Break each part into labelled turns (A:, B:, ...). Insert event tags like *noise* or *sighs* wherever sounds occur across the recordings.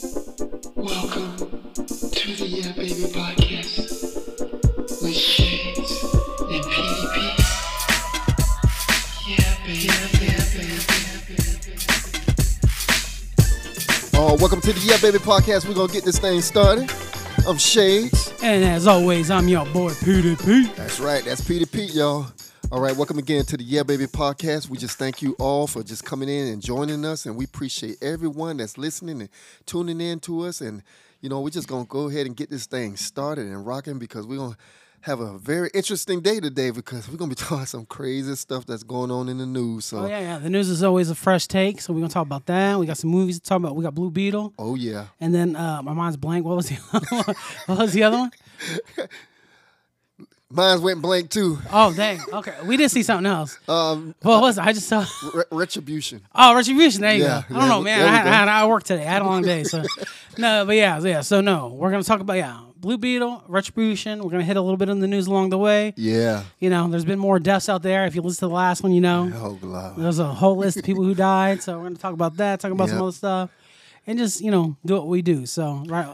A: Welcome to the Yeah Baby Podcast with Shades and PDP. Yeah, baby, yeah, baby, yeah, baby.
B: Uh, welcome to the Yeah Baby Podcast. We're gonna get this thing started. I'm Shades.
C: And as always, I'm your boy Peter P.
B: That's right. That's Peter Pete, y'all. All right. Welcome again to the Yeah Baby Podcast. We just thank you all for just coming in and joining us, and we appreciate everyone that's listening and tuning in to us. And you know, we're just gonna go ahead and get this thing started and rocking because we're gonna have a very interesting day today because we're gonna be *laughs* talking some crazy stuff that's going on in the news. So,
C: Oh yeah, yeah. The news is always a fresh take, so we're gonna talk about that. We got some movies to talk about. We got Blue Beetle,
B: oh yeah.
C: and then uh, my mind's blank. What was the *laughs* other one? what was the other one?
B: Mine went blank too.
C: Oh dang. Okay, we did see something else.
B: Um,
C: Well, what was it? I just saw. *laughs*
B: re- retribution.
C: Oh, retribution. There you
B: Yeah,
C: go.
B: there
C: I don't know,
B: we-
C: man.
B: there
C: I
B: we
C: had,
B: go.
C: I had I worked today. I had a long
B: *laughs*
C: day, so no. But yeah, yeah. So no, we're gonna talk about yeah, Blue Beetle, Retribution. We're gonna hit a little bit on the news along the way.
B: Yeah.
C: You know, there's been more deaths out there. If you listen to the last one, you know.
B: Oh, God.
C: There's a whole list of people who died, so we're gonna talk about that, talk about
B: Yep.
C: some other stuff, and just you know do what we do. So right,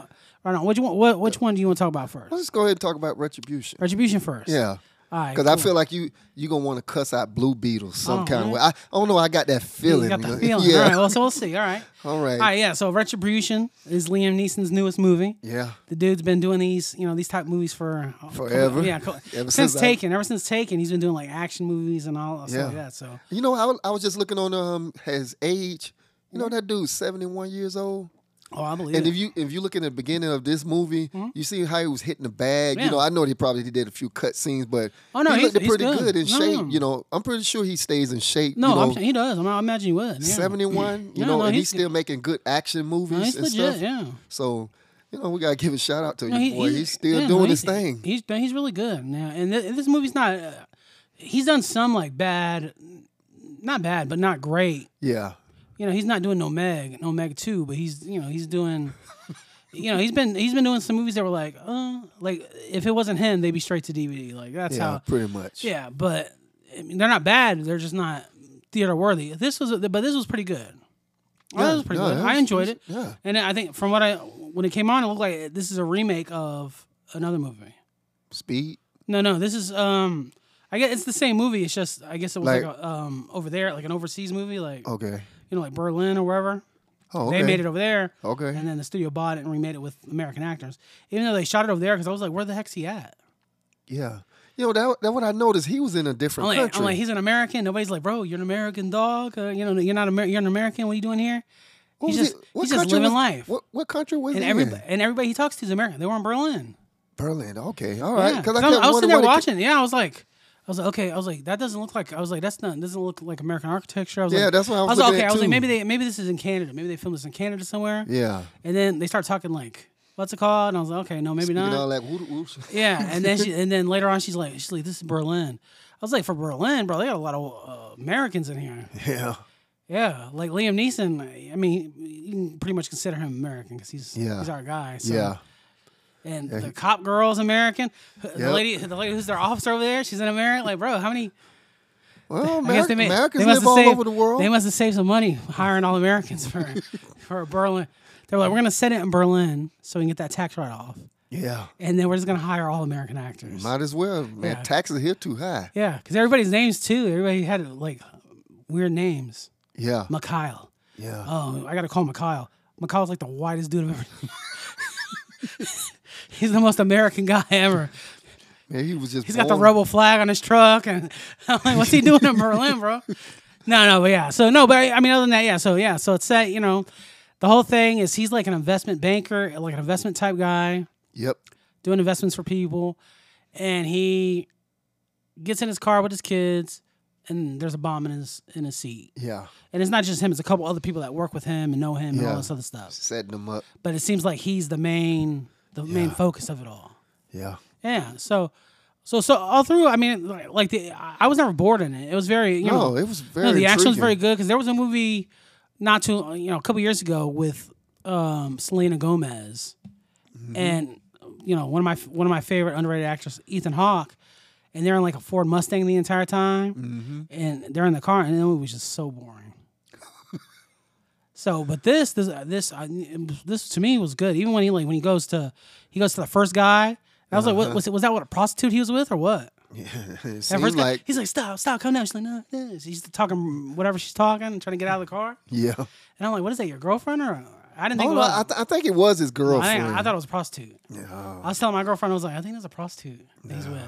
C: right on. Which one? What, which one do you want to talk about first?
B: Let's go ahead and talk about retribution.
C: Retribution first.
B: Yeah.
C: All right.
B: Because I feel like you you gonna want to cuss out Blue Beetles some
C: Oh,
B: kind of
C: man.
B: way. I, I don't know. I got that feeling.
C: you got the
B: *laughs* know?
C: feeling.
B: Yeah.
C: All right. Well, so we'll see. All right.
B: *laughs* All right.
C: All right. Yeah. So Retribution is Liam Neeson's newest movie.
B: Yeah.
C: The dude's been doing these, you know, these type movies for uh,
B: Forever.
C: Yeah, co-
B: *laughs* Ever
C: since,
B: since I-
C: Taken. Ever since Taken, he's been doing like action movies and all stuff like
B: Yeah.
C: that. So
B: You know, I, was- I was just looking on um his age. You know that dude's seventy one years old.
C: oh, I believe.
B: And
C: it.
B: if you if you look in the beginning of this movie,
C: Hmm?
B: you see how he was hitting the bag. You
C: Yeah.
B: know, I know he probably did a few cut scenes, but
C: Oh, no,
B: he
C: he's-
B: looked
C: he's
B: pretty
C: good.
B: good, in
C: No,
B: shape.
C: no.
B: You know, I'm pretty sure he stays in shape.
C: no,
B: you know,
C: I'm, he does. I, mean, I imagine he would. Yeah.
B: 71, you
C: Yeah,
B: know,
C: no,
B: and he's,
C: he's-
B: still making good action movies
C: No, he's
B: and
C: legit.
B: stuff.
C: Yeah.
B: So, you know, we gotta give a shout out to
C: No,
B: you,
C: he-
B: boy. He's, still
C: yeah, no,
B: doing
C: he's-
B: his thing.
C: He's he's really good now, and thi- this movie's not. Uh, he's done some like bad, not bad, but not great.
B: yeah,
C: You know, he's not doing no Meg, no Meg two, but he's you know he's
B: *laughs*
C: doing. You know he's been he's been doing some movies that were like, uh, like if it wasn't him, they'd be straight to DVD. Like that's
B: yeah,
C: how,
B: pretty much.
C: yeah. But I mean, they're not bad. They're just not theater worthy. This was, but this was pretty good. Oh,
B: Yeah,
C: this was pretty
B: no,
C: good.
B: it
C: I
B: was-
C: enjoyed it.
B: yeah.
C: And I think from what I when it came on, it looked like this is a remake of another movie.
B: Speed.
C: No, no, this is um, I guess it's the same movie. It's just I guess it was like,
B: Like- Oh.
C: a, um over there, like an overseas movie, like
B: Okay.
C: you know, like Berlin or wherever.
B: Oh,
C: They made it over there,
B: Okay.
C: and then the studio bought it and remade it with American actors. Even though they shot it over there, because I was like, where the heck's he at?
B: yeah. You know that that what I noticed. He was in a
C: I'm
B: different
C: like,
B: country.
C: I'm like, he's an American. Nobody's like, bro, you're an American dog. Uh, you know, you're not Amer- you're an American. What are you doing here?
B: What
C: he's
B: was
C: just-
B: it- what
C: he's just
B: country was-
C: living life.
B: What what country was
C: And
B: he
C: everybody
B: in?
C: and everybody he talks to is American. They were in Berlin.
B: Berlin. Okay. All
C: Yeah.
B: right.
C: 'Cause
B: Because I, kept
C: I'm- was sitting
B: wondering
C: there
B: what it ca-
C: watching. yeah, I was like, I was like, okay, I was like, that doesn't look like. I was like, that's not doesn't look like American architecture. I was
B: Yeah,
C: like,
B: that's what I was
C: like,
B: looking
C: okay,
B: at
C: I
B: too.
C: was like, maybe they maybe this is in Canada. Maybe they filmed this in Canada somewhere.
B: Yeah.
C: And then they start talking like, what's it called? And I was like, okay, no, maybe
B: You
C: not.
B: know, like whoop, whoop.
C: Yeah, and then she, and then later on, she's like, she's like, this is Berlin. I was like, for Berlin, bro, they got a lot of uh, Americans
B: *laughs*
C: in here.
B: *laughs* Yeah.
C: Yeah, like Liam Neeson. I mean, you can pretty much consider him American because he's
B: Yeah.
C: he's our guy. So.
B: Yeah.
C: And the cop girl's American. H- The
B: Yep.
C: lady, the lady who's their officer over there, she's an American. Like, bro, how many?
B: Well,
C: I guess
B: Ameri-
C: they made,
B: Americans
C: they must
B: live
C: have
B: all
C: saved,
B: over the world.
C: They must have saved some money hiring all
B: *laughs*
C: Americans for for Berlin. They're like, we're gonna set it in Berlin so we can get that tax write off, *laughs*
B: yeah.
C: and then we're just gonna hire all American actors.
B: Might as well, man.
C: Yeah.
B: Taxes here too high.
C: yeah, because everybody's names too. Everybody had like weird names.
B: Yeah.
C: Mikhail.
B: Yeah.
C: Oh, I gotta call Mikhail. Mikhail's like the whitest dude I've ever. *laughs* He's the most American guy ever.
B: man, he was just.
C: He's got the
B: born-
C: rebel flag on his truck, and *laughs* I'm like, what's he doing in Berlin, bro? No, no, but yeah. So no, but I, I mean, other than that, yeah. So yeah, so it's that you know, the whole thing is he's like an investment banker, like an investment type guy,
B: Yep.
C: doing investments for people, and he gets in his car with his kids, and there's a bomb in his in his seat,
B: Yeah.
C: and it's not just him; it's a couple other people that work with him and know him and
B: Yeah.
C: all this other stuff.
B: Setting them up.
C: But it seems like he's the main the main focus of it all.
B: Yeah.
C: Yeah. So, so, so all through. I mean, like, like the I I was never bored in it. It was very, you
B: No,
C: know,
B: it was very.
C: no, the action was
B: intriguing.
C: very good because there was a movie not too, you know, a couple years ago with um, Selena Gomez,
B: Mm-hmm.
C: and you know, one of my one of my favorite underrated actors, Ethan Hawke. And they're in like a Ford Mustang the entire
B: Mm-hmm. *laughs*
C: time, and they're in the car, and the movie was just so boring. So, but this, this, uh, this, I, this to me was good. Even when he like when he goes to, he goes to the first guy. and I was
B: Uh-huh.
C: like, what was it? Was that what a prostitute he was with or what?
B: *laughs* it
C: That
B: seemed
C: first guy,
B: like
C: he's like, stop, stop, come down. She's like, no, no. She's talking whatever she's talking and trying to get out of the car.
B: yeah.
C: *laughs* And I'm like, what is that? Your girlfriend or? I didn't think.
B: Oh
C: it
B: no,
C: was.
B: I, th- I think it was his
C: I,
B: girlfriend.
C: think- I thought it was a prostitute. I was telling my girlfriend, I was like, I think there's a prostitute that he's with.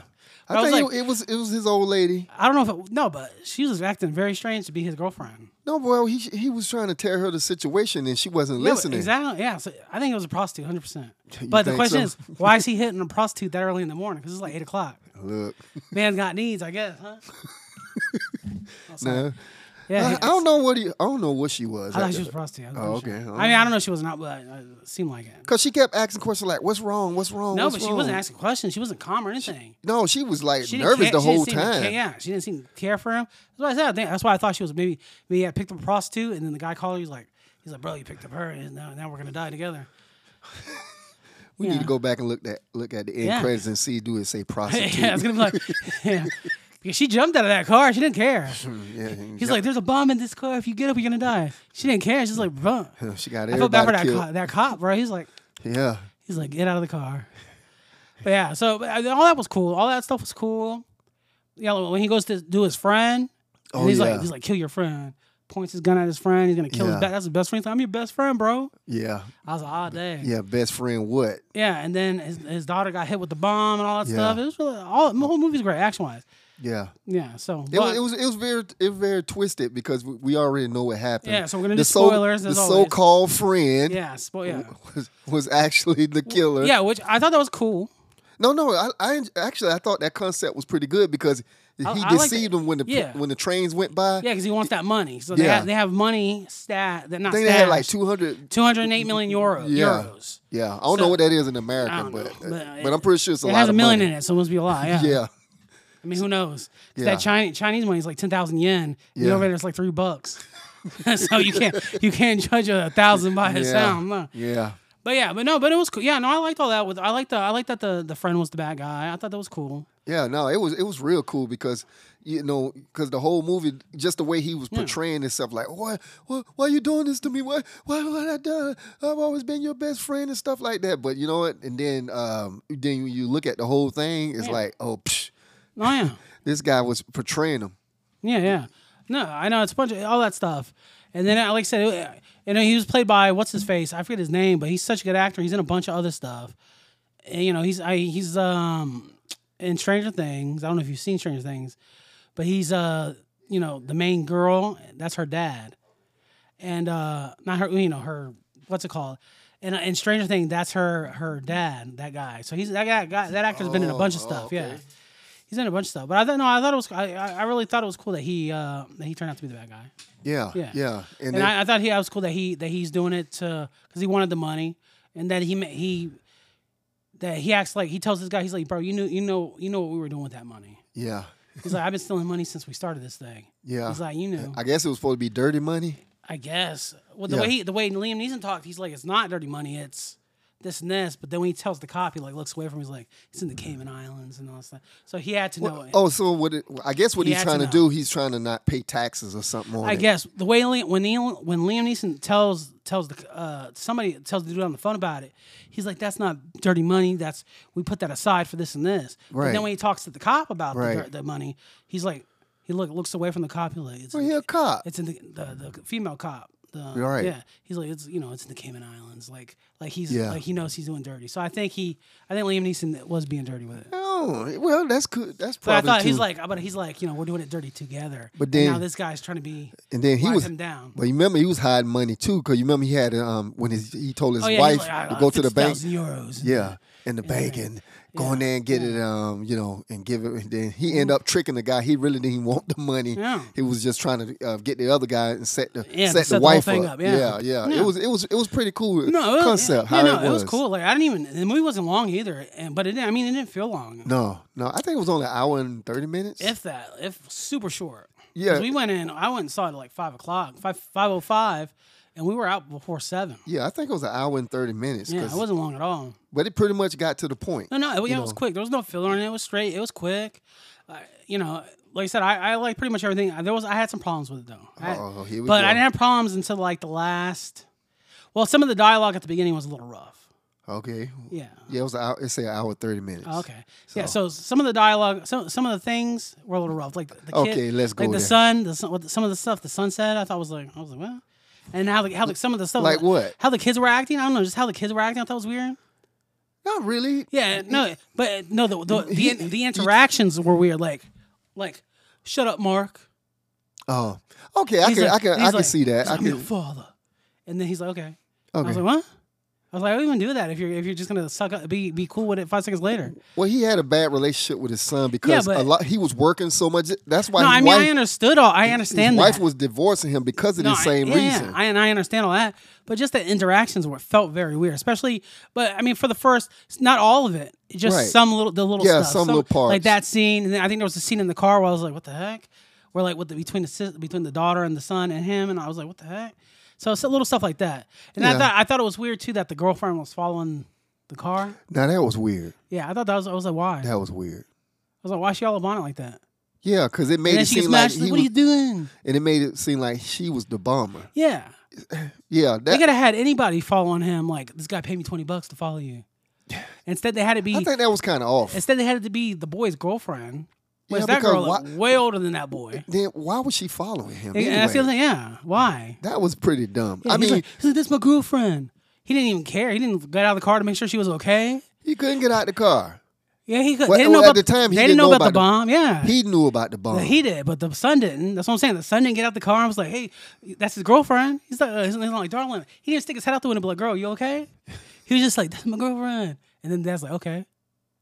C: But I,
B: I
C: was
B: think
C: like,
B: it, it was it was his old lady.
C: I don't know if it, no, but she was acting very strange to be his girlfriend.
B: No, well, he he was trying to tell her the situation, and she wasn't
C: Yeah, but-
B: listening.
C: exactly. Yeah. So I think it was a prostitute, hundred percent.
B: *laughs* You
C: But the
B: think
C: question
B: so? *laughs*
C: is, why is he hitting a prostitute that early in the morning? Because it's like eight o'clock. *laughs*
B: Look,
C: Man's got needs, I guess, huh?
B: nah.
C: Yeah.
B: I, *laughs*
C: he-
B: I don't know what he. I don't know what she was.
C: I thought she was a prostitute. I
B: Oh,
C: wasn't
B: okay.
C: sure. I mean, I don't know if she was not, but it seemed like it.
B: Cause she kept asking questions like, "What's wrong? What's wrong?"
C: No,
B: What's
C: but she
B: wrong?"
C: wasn't asking questions. She wasn't calm or anything.
B: No, she was like
C: She didn't
B: nervous
C: care-
B: the
C: she
B: whole
C: didn't seem to
B: time.
C: care- yeah, she didn't seem to care for him. That's why I said. I think, that's why I thought she was maybe maybe I picked up a prostitute, and then the guy called her. He's like, he's like, bro, you picked up her, and now, now we're gonna die together.
B: *laughs* We need
C: *laughs* Yeah.
B: to go *laughs* back and look that look at the end
C: Yeah.
B: credits and see do it say prostitute.
C: *laughs* yeah, it's gonna
B: *laughs*
C: be like, *laughs* yeah. Because she jumped out of that car. She didn't care.
B: Mm, Yeah, and
C: He's like, there's a bomb in this car. If you get up, you're gonna die. She didn't care. She's like, bro.
B: *laughs* she got
C: I feel bad for
B: everybody
C: that
B: killed.
C: cop, that cop, bro. He's like,
B: Yeah,
C: He's like, get out of the car. But yeah, so but, uh, all that was cool. All that stuff was cool. Yeah, like, when he goes to do his friend, and
B: Oh,
C: he's
B: yeah.
C: like, he's like, kill your friend. Points his gun at his friend. He's gonna kill
B: Yeah.
C: his best. That's his best friend. He's like, I'm your best friend, bro.
B: yeah,
C: I was like, ah, dang.
B: yeah. Best friend, what?
C: Yeah, and then his, his daughter got hit with the bomb and all that
B: Yeah.
C: stuff. It was really all the whole movie's great action wise.
B: Yeah,
C: Yeah, so
B: it was, it was it was very it was very twisted because we, we already know what happened.
C: Yeah, so we're gonna do
B: the so-
C: spoilers,
B: The
C: as always.
B: so-called friend
C: yeah, spo- yeah,
B: was, was actually the killer.
C: yeah, which I thought that was cool.
B: No, no. I, I en- actually I thought that concept was pretty good because he
C: I like
B: deceived
C: that.
B: him when the
C: Yeah.
B: when the trains went by.
C: Yeah, because he wants that money. So they,
B: Yeah.
C: have, they have money stat that not
B: I think they had like
C: stashed.
B: two hundred.
C: 208 million euro,
B: Yeah.
C: euros.
B: Yeah, I don't
C: So-
B: know what that is in
C: I
B: America,
C: don't
B: but
C: know,
B: uh,
C: but
B: but,
C: it-
B: I'm pretty sure it's a
C: it
B: lot
C: has a
B: of
C: million
B: money.
C: in it, so it must be
B: *laughs*
C: a lot. Yeah.
B: Yeah,
C: I mean, who knows?
B: Yeah.
C: 'Cause That Chinese Chinese money is like ten thousand yen.
B: Yeah.
C: And over there, it's like three bucks. *laughs* so you can't you can't judge a thousand by
B: yeah,
C: its sound. No.
B: yeah.
C: But yeah, but no, but it was cool. Yeah, no, I liked all that. With I liked the I liked that the the friend was the bad guy. I thought that was cool.
B: Yeah, no, it was it was real cool because you know because the whole movie just the way he was portraying himself like why why, why you doing this to me why why what I done I've always been your best friend and stuff like that but you know what and then um then when you look at the whole thing it's
C: Yeah.
B: like oh psh,
C: Oh yeah,
B: this guy was portraying him
C: yeah, yeah. No, I know it's a bunch of all that stuff. And then, uh, like I said, it, you know, he was played by what's his face? I forget his name, but he's such a good actor. He's in a bunch of other stuff. And, you know, he's I, he's um in Stranger Things. I don't know if you've seen Stranger Things, but he's uh you know the main girl. That's her dad, and uh not her you know her what's it called? And uh, in Stranger Things, that's her her dad. That guy. So he's that guy. guy that actor's been in a bunch of
B: Oh,
C: stuff. Yeah.
B: okay.
C: He's in a bunch of stuff, but I thought no, I thought it was. I, I I really thought it was cool that he uh, that he turned out to be the bad guy.
B: yeah yeah,
C: Yeah.
B: and,
C: And,
B: then,
C: I, I thought he I was cool that he that he's doing it to because he wanted the money and that he ma- he that he acts like he tells this guy he's like bro you knew you know you know what we were doing with that money
B: yeah
C: he's like I've been stealing money since we started this thing
B: yeah
C: he's like you know
B: I guess it was supposed to be dirty money
C: I guess well the
B: Yeah.
C: way he, the way Liam Neeson talked he's like it's not dirty money it's this and this but then when he tells the cop he like looks away from him he's like it's
B: Mm.
C: in the Cayman Islands and all that stuff so he had to know it.
B: oh so what it, I guess what
C: He
B: he's
C: had to
B: trying to,
C: know.
B: do he's trying to not pay taxes or something on
C: I
B: it.
C: guess the way Liam, when Liam, when Liam Neeson tells tells the uh, somebody tells the dude on the phone about it, he's like, "That's not dirty money. That's we put that aside for this and this." But
B: Right.
C: then when he talks to the cop about the
B: Right.
C: the, the money, he's like, he look looks away from the cop. He's like, "It's
B: Well,
C: in,
B: Oh, he a cop
C: it's in the, the the female cop." The,
B: right.
C: Yeah. He's like, it's you know, it's in the Cayman Islands. Like like he's
B: Yeah.
C: like he knows he's doing dirty. So I think he, I think Liam Neeson was being dirty with it.
B: Oh, well, that's good. That's
C: But I
B: probably.
C: thought he's
B: true.
C: like, but he's like, you know, we're doing it dirty together.
B: But
C: And
B: then-
C: now this guy's trying to be
B: and then he
C: wipe
B: was.
C: him down.
B: But you remember he was hiding money too, because you remember he had um when his, he told his
C: Oh, yeah, he's
B: wife
C: like, "I-
B: to
C: I-
B: go to the bank.
C: 50,000 euros.
B: Yeah, in the bank and go in there and get it. Um, you know, and give it. And then he end up tricking the guy. He really didn't want the money.
C: Mm-hmm. Yeah.
B: He was just trying to uh, get the other guy and set the
C: Yeah,
B: set,
C: set the
B: the
C: whole
B: wife
C: thing
B: up.
C: up, yeah.
B: yeah, yeah.
C: Yeah.
B: It was it was it was pretty cool
C: No, it was,
B: concept.
C: Yeah,
B: how
C: no,
B: it, was.
C: cool. Like I didn't even the movie wasn't long either, and but it didn't, I mean it didn't feel long.
B: No, no, I think it was only an hour and thirty minutes.
C: If that, if super short. 'Cause
B: Yeah.
C: we went in. I went and saw it at like five o'clock, five five o five, and we were out before seven.
B: yeah, I think it was an hour and thirty minutes.
C: Yeah,
B: 'cause-
C: it wasn't long at all.
B: but it pretty much got to the point.
C: No, no, it, yeah, it was
B: know.
C: quick. There was no filler in it. It was straight. It was quick. Uh, you know, like I said, I, I like pretty much everything. There was I had some problems with it though. I-
B: Oh, here we
C: but
B: go.
C: I didn't have problems until like the last. Well, some of the dialogue at the beginning was a little rough.
B: Okay.
C: Yeah.
B: Yeah, it was an hour, it's an hour thirty minutes.
C: Oh, Okay. Yeah. So some of the dialogue, some some of the things were a little rough. Like the kid,
B: Okay, let's go
C: Like the
B: there.
C: sun, the sun, what- some of the stuff the sun said, I thought was like I was like what, and how the, how like some of the stuff
B: Like what?
C: how the kids were acting. I don't know, just how the kids were acting. I thought was weird.
B: Not Oh, really.
C: Yeah, no, but no, the the,
B: He-
C: the, the interactions were weird. Like, like, shut up, Mark.
B: Oh. Okay, I
C: He's
B: can,
C: like-
B: I can, I
C: he's
B: can
C: like-
B: see that.
C: he's
B: I
C: like,
B: can.
C: I'm your father, and then he's like, okay. I
B: okay.
C: was like, what? I was like, I don't even do that if you're if you're just gonna suck up, be be cool with it five seconds later.
B: Well, he had a bad relationship with his son because a
C: but-
B: lot he was working so much. That's why
C: No,
B: his
C: I mean
B: wife,
C: I understood all. I
B: his
C: understand
B: wife
C: that.
B: was divorcing him because of
C: No,
B: the same
C: I, yeah,
B: reason.
C: Yeah, I, and I understand all that, but just the interactions were felt very weird, especially. But I mean, for the first, not all of it, just
B: Right.
C: some little the little
B: Yeah,
C: stuff,
B: some little parts.
C: like that scene. And then I think there was a scene in the car where I was like, "What the heck?" Where like with the between the sis- between the daughter and the son and him, and I was like, "What the heck?" So it's a little stuff like that, and
B: Yeah.
C: I thought I thought it was weird too that the girlfriend was following the car.
B: now that was weird.
C: Yeah, I thought that was I was like, why? I
B: That was weird.
C: was like, why is she all up on it like that?
B: Yeah, because it made
C: And then
B: it
C: she gets
B: seem
C: mad.
B: like
C: She's
B: he
C: like, "What
B: was,
C: are you doing?"
B: and it made it seem like she was the bomber.
C: Yeah,
B: Yeah,
C: They
B: that
C: could have had anybody following him. Like this guy paid me twenty bucks to
B: *sighs*
C: follow you. Instead, they had it
B: I
C: be.
B: think that was kind of off.
C: Instead, they had it to be the boy's girlfriend.
B: Yeah,
C: Was that
B: because
C: girl
B: why-
C: way older than that boy?
B: Then why was she following him?
C: And- and that's
B: *laughs*
C: the
B: anyway?
C: other thing, yeah. Why?
B: that was pretty dumb.
C: Yeah,
B: I
C: he's
B: mean,
C: like, he's like, that's my girlfriend. He didn't even care. He didn't get out of the car to make sure she was okay.
B: he couldn't get out the car.
C: Yeah, he. Could,
B: Well,
C: they didn't know
B: well, at
C: about
B: the time, he
C: They
B: didn't
C: didn't know
B: know
C: about the bomb. Yeah,
B: He knew about the bomb.
C: But he did, but the son didn't. That's what I'm saying. The son didn't get out the car. I was like, hey, that's his girlfriend. He's like, uh, he's like, darling. He didn't stick his head out the window and be like, girl,
B: *laughs*
C: you okay? He was just like, that's my girlfriend. And then dad's like, okay.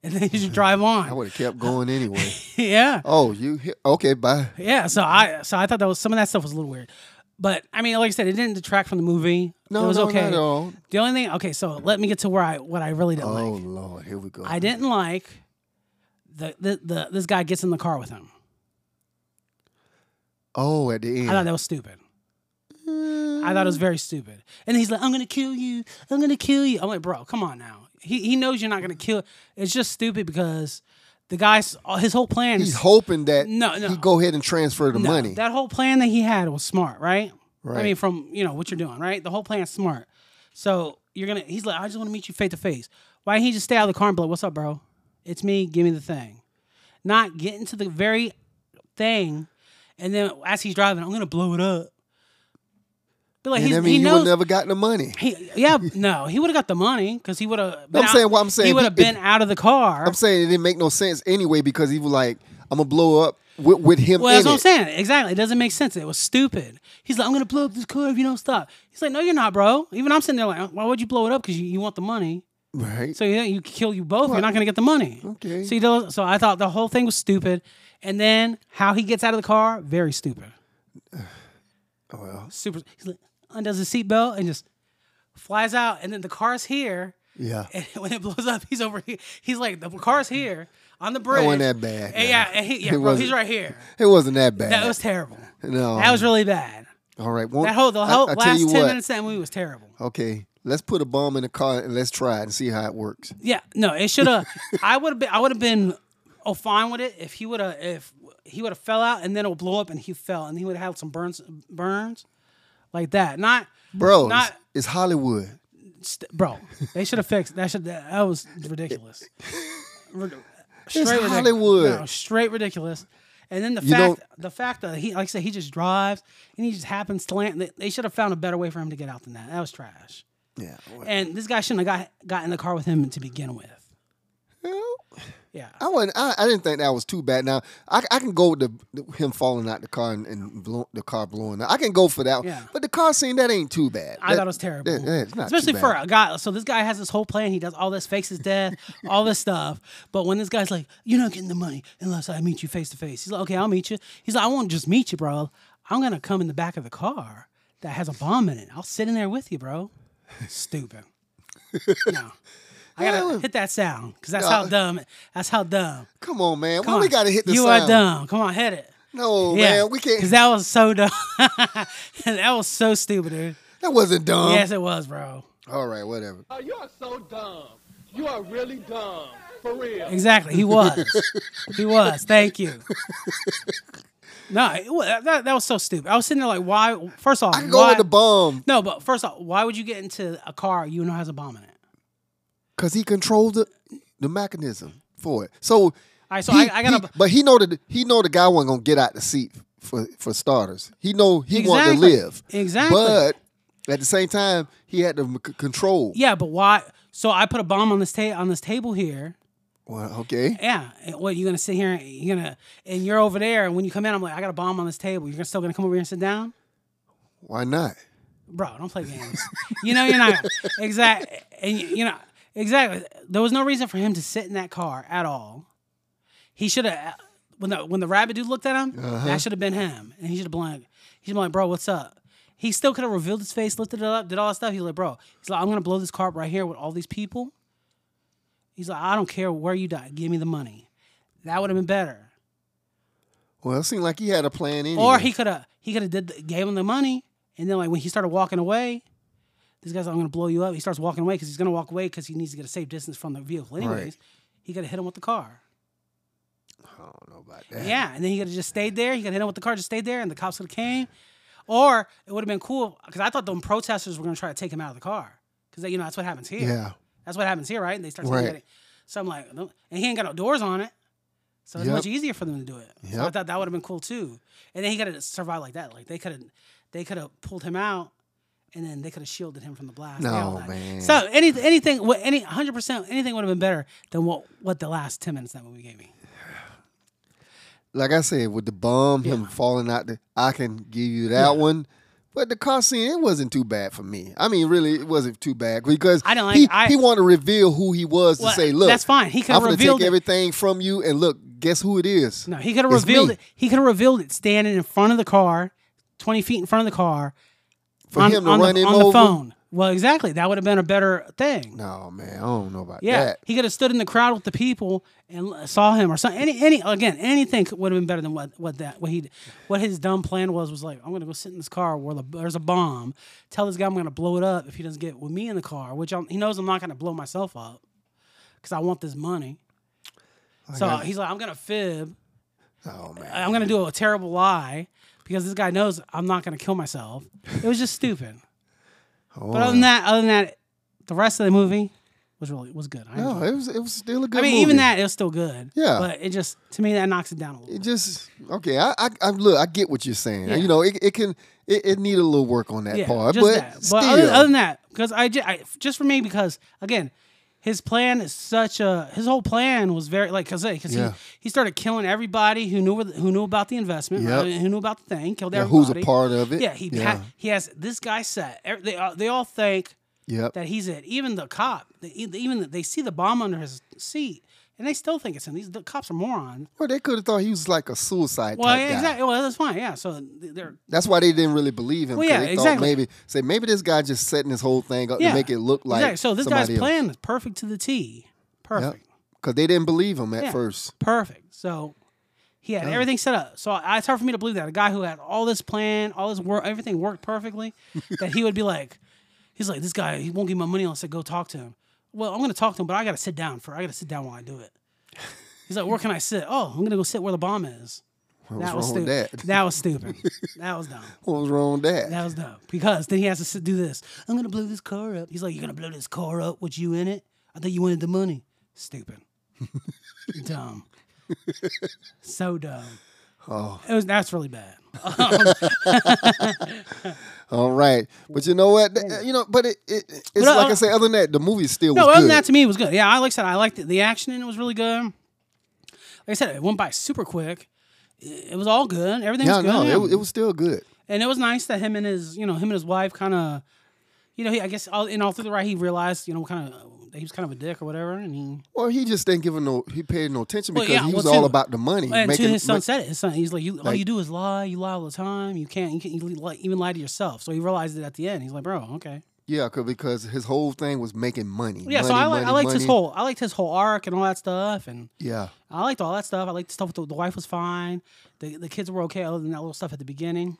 C: And then you just drive
B: I
C: on.
B: would have kept going anyway.
C: *laughs* yeah.
B: oh, you he- okay? Bye.
C: Yeah. So I so I thought that was some of that stuff was a little weird. But I mean, like I said, it didn't detract from the movie.
B: No,
C: it was
B: no,
C: okay.
B: not at all.
C: The only thing okay, so let me get to where I what I really didn't
B: Oh
C: like.
B: Lord, here we go.
C: I didn't like the, the the this guy gets in the car with him.
B: Oh, at the end.
C: I thought that was stupid. I thought it was very stupid. And he's like, I'm gonna kill you. I'm gonna kill you. I'm like, bro, come on now. He he knows you're not gonna kill. It's just stupid because the guy's his whole plan.
B: He's
C: is-
B: hoping that
C: No, no.
B: he go ahead and transfer the
C: No,
B: money.
C: That whole plan that he had was smart, right? I
B: Right.
C: mean, from you know what you're doing, right? The whole plan's smart. So you're gonna. He's like, I just want to meet you face to face. Why didn't he just stay out of the car and be like, What's up, bro? It's me. Give me the thing. Not get into the very thing, and then as he's driving, I'm gonna blow it up. But like
B: and
C: he's,
B: I
C: he
B: mean, you
C: knows.
B: would never got the money.
C: He, yeah, no, he would have got the money because he would have.
B: I'm saying what I'm saying.
C: He would have
B: If-
C: been out of the car.
B: I'm saying it didn't make no sense anyway because he was like, "I'm gonna blow up with, with him."
C: well, that's
B: in
C: what I'm
B: it.
C: saying. Exactly, it doesn't make sense. It was stupid. He's like, I'm gonna blow up this car if you don't stop. He's like, No, you're not, bro. Even I'm sitting there like, Why would you blow it up? Because you, you want the money.
B: Right.
C: So yeah, you kill you both. You're not gonna get the money.
B: Okay.
C: So you don't- so I thought the whole thing was stupid, and then how he gets out of the car, very stupid.
B: well,
C: Super. He's like, undoes his seatbelt and just flies out, and then the car's here.
B: yeah.
C: and *laughs* when it blows up, he's over here. He's like, the car's here on the bridge.
B: That wasn't that bad.
C: And
B: no.
C: yeah, and he, yeah,
B: It
C: bro,
B: wasn't-
C: he's right here.
B: It wasn't that bad.
C: That was terrible.
B: no.
C: That was really bad.
B: all right. Well,
C: That whole the whole
B: I, I tell
C: last
B: you
C: ten
B: what.
C: minutes of that movie was terrible.
B: Okay, let's put a bomb in the car and let's try it and see how it works.
C: Yeah, no, it
B: *laughs*
C: should have. I would have been. I would have been. Oh, fine with it if he would have if he would have fell out and then it would blow up and he fell and he would have had some burns burns like that. Not
B: Bro,
C: Not-
B: it's, it's Hollywood.
C: st- bro. They should have fixed that. Should that was ridiculous. Rid- straight ridiculous.
B: Hollywood.
C: No, straight ridiculous. And then the
B: You
C: fact,
B: don't-
C: the fact that he, like I said, he just drives and he just happens to land. They, they should have found a better way for him to get out than that. That was trash.
B: Yeah.
C: And this guy shouldn't have got got in the car with him to begin with.
B: Well,
C: Yeah.
B: I wasn't. I, I didn't think that was too bad. Now I, I can go with the, him falling out the car and, and blow, the car blowing. up. I can go for that. one.
C: Yeah.
B: But the car scene that ain't too bad.
C: I
B: That-
C: thought it was terrible.
B: that- that's not too
C: Especially for
B: bad.
C: a guy. So this guy has this whole plan. He does all this, fakes his death, *laughs* all this stuff. But when this guy's like, "You're not getting the money unless I meet you face to face," he's like, "Okay, I'll meet you." He's like, "I won't just meet you, bro. I'm gonna come in the back of the car that has a bomb in it. I'll sit in there with you,
B: *laughs*
C: bro." Stupid. no, I gotta hit that sound because that's how dumb. That's how dumb.
B: Come on, man.
C: Come
B: Why we
C: on.
B: gotta hit the
C: You are
B: sound?
C: dumb. Come on, hit it.
B: No, man. We can't.
C: Because that was so dumb. *laughs* that was so stupid, dude.
B: That wasn't dumb.
C: yes, it was, bro.
B: All right, whatever.
D: Oh, you are so dumb. You are really dumb. for real.
C: Exactly. He was.
B: *laughs*
C: he was. Thank you. No, it, wa- that, that was so stupid. I was sitting there like, why? First off,
B: I can go
C: why?
B: with the bomb
C: no, but first off, why would you get into a car you know has a bomb in it?
B: because he controlled the, the mechanism for it. So,
C: All right, so
B: he-
C: I, I got
B: he-
C: a.
B: but he know that he know the guy wasn't gonna get out the seat for for starters. He know he wanted to
C: Exactly.
B: live,
C: Exactly.
B: But at the same time, he had to c- control.
C: Yeah, but why? So I put a bomb on this ta- on this table here.
B: Well, okay.
C: Yeah. And what you gonna sit here? And, you gonna and you're over there. And when you come in, I'm like, I got a bomb on this table. You're still gonna come over here and sit down,
B: Why not?
C: bro? Don't play games. you know you're not exactly. And you you know exactly. There was no reason for him to sit in that car at all. He should have. When the when the rabbit dude looked at him, that should have been him, and he should have been like, he's like, bro, what's up? He still could have revealed his face, lifted it up, did all that stuff. He's like, bro, he's like, I'm gonna blow this car up right here with all these people. He's like, I don't care where you die, give me the money. That would have been better.
B: Well, it seemed like he had a plan anyway.
C: Or he could have he could have did the, gave him the money, and then like when he started walking away, this guy's like, I'm gonna blow you up. He starts walking away because he's gonna walk away because he needs to get a safe distance from the vehicle. Anyways, he could have hit him with the car.
B: I don't know about
C: Yeah.
B: that.
C: and then he could have just stayed there. He could have hit him with the car, just stayed there, and the cops could have came. Or it would have been cool because I thought them protesters were gonna try to take him out of the car because you know that's what happens here.
B: Yeah.
C: That's what happens here, right? And they start right.
B: Right.
C: it. So I'm like, no- and he ain't got no doors on it. So it's
B: Yep.
C: much easier for them to do it. So I
B: Yep.
C: thought that would have been cool too. And then he could have survived like that. Like they could have, they could have pulled him out, and then they could have shielded him from the blast. and all
B: No,
C: that.
B: man.
C: So any, anything, what any hundred percent, anything would have been better than what what the last ten minutes that movie gave me.
B: Like I said, with the bomb, him falling out, the, I can give you that one. But the car scene, it wasn't too bad for me. I mean, really, it wasn't too bad because
C: I don't like-
B: he,
C: I-
B: he wanted to reveal who he was
C: Well,
B: to say, look,
C: that's fine. He could've
B: I'm gonna
C: revealed
B: take
C: it.
B: everything from you, and look, guess who it is?
C: No, he could have
B: It's
C: revealed
B: me.
C: it. He could have revealed it standing in front of the car, twenty feet in front of the car,
B: For
C: on,
B: him to
C: on
B: run
C: the,
B: him
C: on
B: over.
C: the phone. Well, exactly. That would have been a better thing.
B: No, man, I don't know about
C: Yeah,
B: that.
C: he could have stood in the crowd with the people and l- saw him or something. Any, any again, anything would have been better than what what that what he what his dumb plan was was like. I'm gonna go sit in this car where the, there's a bomb. Tell this guy I'm gonna blow it up if he doesn't get with me in the car, which I'm, he knows I'm not gonna blow myself up because I want this money. So he's like, I'm gonna fib.
B: Oh man,
C: I'm gonna do a terrible lie because this guy knows I'm not gonna kill myself. It was just stupid. But
B: Oh,
C: other than that, other than that, the rest of the movie was really was good. I enjoyed
B: no,
C: it.
B: it was it was still a good.
C: I mean,
B: movie.
C: even that it was still good.
B: Yeah.
C: But it just to me that knocks it down a little.
B: It
C: bit.
B: just okay. I, I, I look. I get what you're saying.
C: Yeah.
B: You know, it, it can it, it need a little work on that
C: Yeah,
B: part,
C: just
B: but
C: that.
B: still,
C: But other, other than that, because I, ju- I just for me because again, his plan is such a his whole plan was very like because because
B: Yeah.
C: he, he started killing everybody who knew where the- who knew about the investment,
B: Yep.
C: right, who knew about the thing, killed
B: Yeah,
C: everybody.
B: who's a part of it?
C: Yeah, he
B: yeah,
C: ha- he has this guy set. Ev- They all- they all think
B: yep.
C: that he's it. Even the cop, they- even the, they see the bomb under his seat, and they still think it's him. These the cops are morons.
B: Well, they could have thought he was like a suicide
C: Well,
B: type
C: yeah,
B: guy.
C: exactly. Well, that's fine. Yeah. So th- they're
B: That's why they didn't really believe him.
C: Well,
B: 'cause
C: yeah,
B: they thought
C: exactly.
B: maybe say maybe this guy just setting this whole thing up
C: yeah.
B: to make it look like
C: exactly. So this guy's
B: somebody else.
C: plan is perfect to the T. Perfect.
B: Cause they didn't believe him at
C: Yeah.
B: first.
C: Perfect. So he had everything set up. So I, it's hard for me to believe that a guy who had all this plan, all this work, everything worked perfectly,
B: *laughs*
C: that he would be like, he's like, this guy, he won't give me my money unless I go talk to him. Well, I'm gonna talk to him, but I gotta sit down for. I gotta sit down while I do it. He's like, where can I sit? Oh, I'm gonna go sit where the bomb is.
B: What
C: that was
B: was wrong
C: stupid.
B: with that?
C: was stupid. that was dumb.
B: *laughs* What was wrong with that?
C: That was dumb because then he has to sit, do this. I'm gonna blow this car up. He's like, you're gonna blow this car up with you in it. I thought you wanted the money.
B: *laughs*
C: Stupid. dumb. so dumb. Oh, it was that's really bad.
B: All right, but you know what? Th- You know, but it, it it's
C: But, uh,
B: like I say. Other than that, the movie still
C: No,
B: was
C: other than
B: good.
C: that, to me, it was good. Yeah, I like I said, I liked it. The action in it was really good. Like I said, it went by super quick. It it was all good. Everything
B: yeah,
C: was good.
B: no,
C: yeah.
B: it, wa- it was still good.
C: and it was nice that him and his you know him and his wife kind of you know he, i guess all, in all through the ride he realized you know kind of he was kind of a dick or whatever and he
B: Well, he just didn't give him no. He paid no attention
C: Well,
B: because
C: yeah,
B: he
C: well,
B: was all
C: too.
B: about the money.
C: and to
B: making-
C: his son
B: make-
C: said it his son he's like you all you do is lie you lie all the time you can't you can't you lie, even lie to yourself so he realized it at the end he's like bro okay
B: yeah, 'cause- because his whole thing was making money.
C: yeah so
B: money,
C: i like i
B: money,
C: liked his
B: money.
C: whole i liked his whole arc and all that stuff and
B: Yeah,
C: i liked all that stuff i liked the stuff with the, the wife was fine the, the kids were okay other than that little stuff at the beginning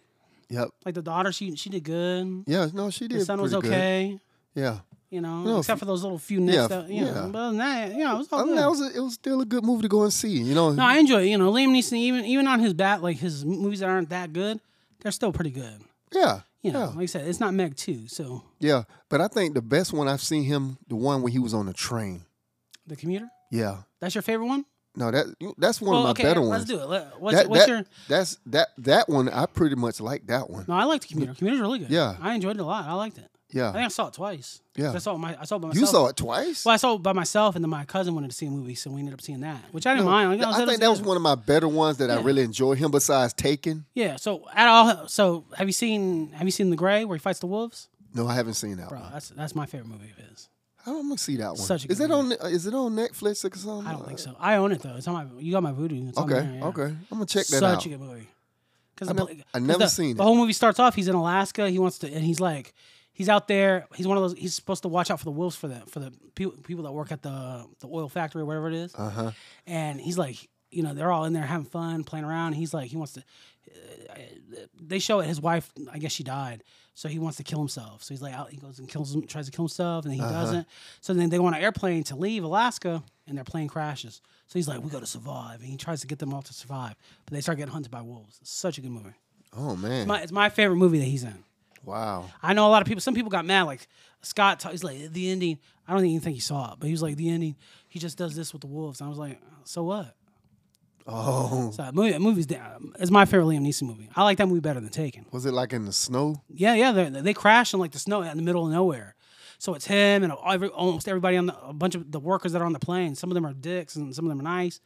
B: yep,
C: like the daughter she she did good
B: yeah. No, she did.
C: the son was
B: pretty good.
C: okay
B: Yeah.
C: You know,
B: No,
C: except
B: if-
C: for those little few nips.
B: yeah,
C: that, you know,
B: yeah.
C: But other than that, you know, it was all
B: I mean,
C: Oh, good.
B: that was a, it was still a good movie to go and see. You know,
C: no, I enjoy it. You know, Liam Neeson, even even on his bat, like his m- movies that aren't that good, they're still pretty good.
B: yeah,
C: You know,
B: yeah,
C: like I said, it's not Meg two, so
B: yeah. But I think the best one I've seen him, the one when he was on the train.
C: the commuter.
B: Yeah,
C: That's your favorite one?
B: no, that that's one
C: well,
B: of my
C: okay,
B: better
C: let's
B: ones.
C: do it. Let- What's,
B: that,
C: what's
B: that-
C: your?
B: that's that that one I pretty much like that one.
C: No, I liked commuter. Commuter's really good.
B: Yeah.
C: I enjoyed it a lot. I liked it. I
B: Yeah,
C: think I saw it twice.
B: Yeah.
C: I saw it my I saw it by myself.
B: you saw it twice.
C: Well, I saw it by myself, and then my cousin wanted to see a movie, so we ended up seeing that, which I didn't
B: No,
C: mind. Like,
B: I
C: it
B: think that was one of my better ones that I
C: Yeah.
B: really enjoy. Him besides Taken.
C: Yeah. So at all, so have you seen have you seen The Gray where he fights the wolves?
B: No, I haven't seen that
C: Bro,
B: one.
C: that's that's my favorite movie of his.
B: I'm gonna see that one.
C: Such a
B: is it
C: good
B: on? Is it on Netflix or something?
C: I don't think so. I own it though. It's on my you got my voodoo. It's on
B: uh, Okay,
C: there, yeah.
B: okay. I'm gonna check that
C: Such
B: out.
C: a good movie. Because
B: I nev- I never
C: the,
B: seen
C: the
B: it.
C: whole movie starts off. He's in Alaska. He wants to, and he's like, he's out there. He's one of those. He's supposed to watch out for the wolves for the for the people people that work at the the oil factory or whatever it is.
B: Uh huh.
C: and he's like you know they're all in there having fun playing around he's like he wants to uh, they show it his wife i guess she died so he wants to kill himself so he's like out he goes and kills him tries to kill himself and he doesn't so then they want an airplane to leave alaska and their plane crashes so he's like we got to survive and he tries to get them all to survive but they start getting hunted by wolves it's such a good movie
B: Oh man.
C: my, it's my favorite movie that he's in
B: wow.
C: I know a lot of people. Some people got mad. Like Scott, t- he's like the ending. I don't even think he saw it, but he was like the ending. He just does this with the wolves. And I was like, so what?
B: Oh.
C: So that movie, that movie's down. It's my favorite Liam Neeson movie. I like that movie better than Taken.
B: Was it like in the snow?
C: Yeah, yeah. They, they crash in like the snow in the middle of nowhere. So it's him and every, almost everybody on the, a bunch of the workers that are on the plane. Some of them are dicks and some of them are nice.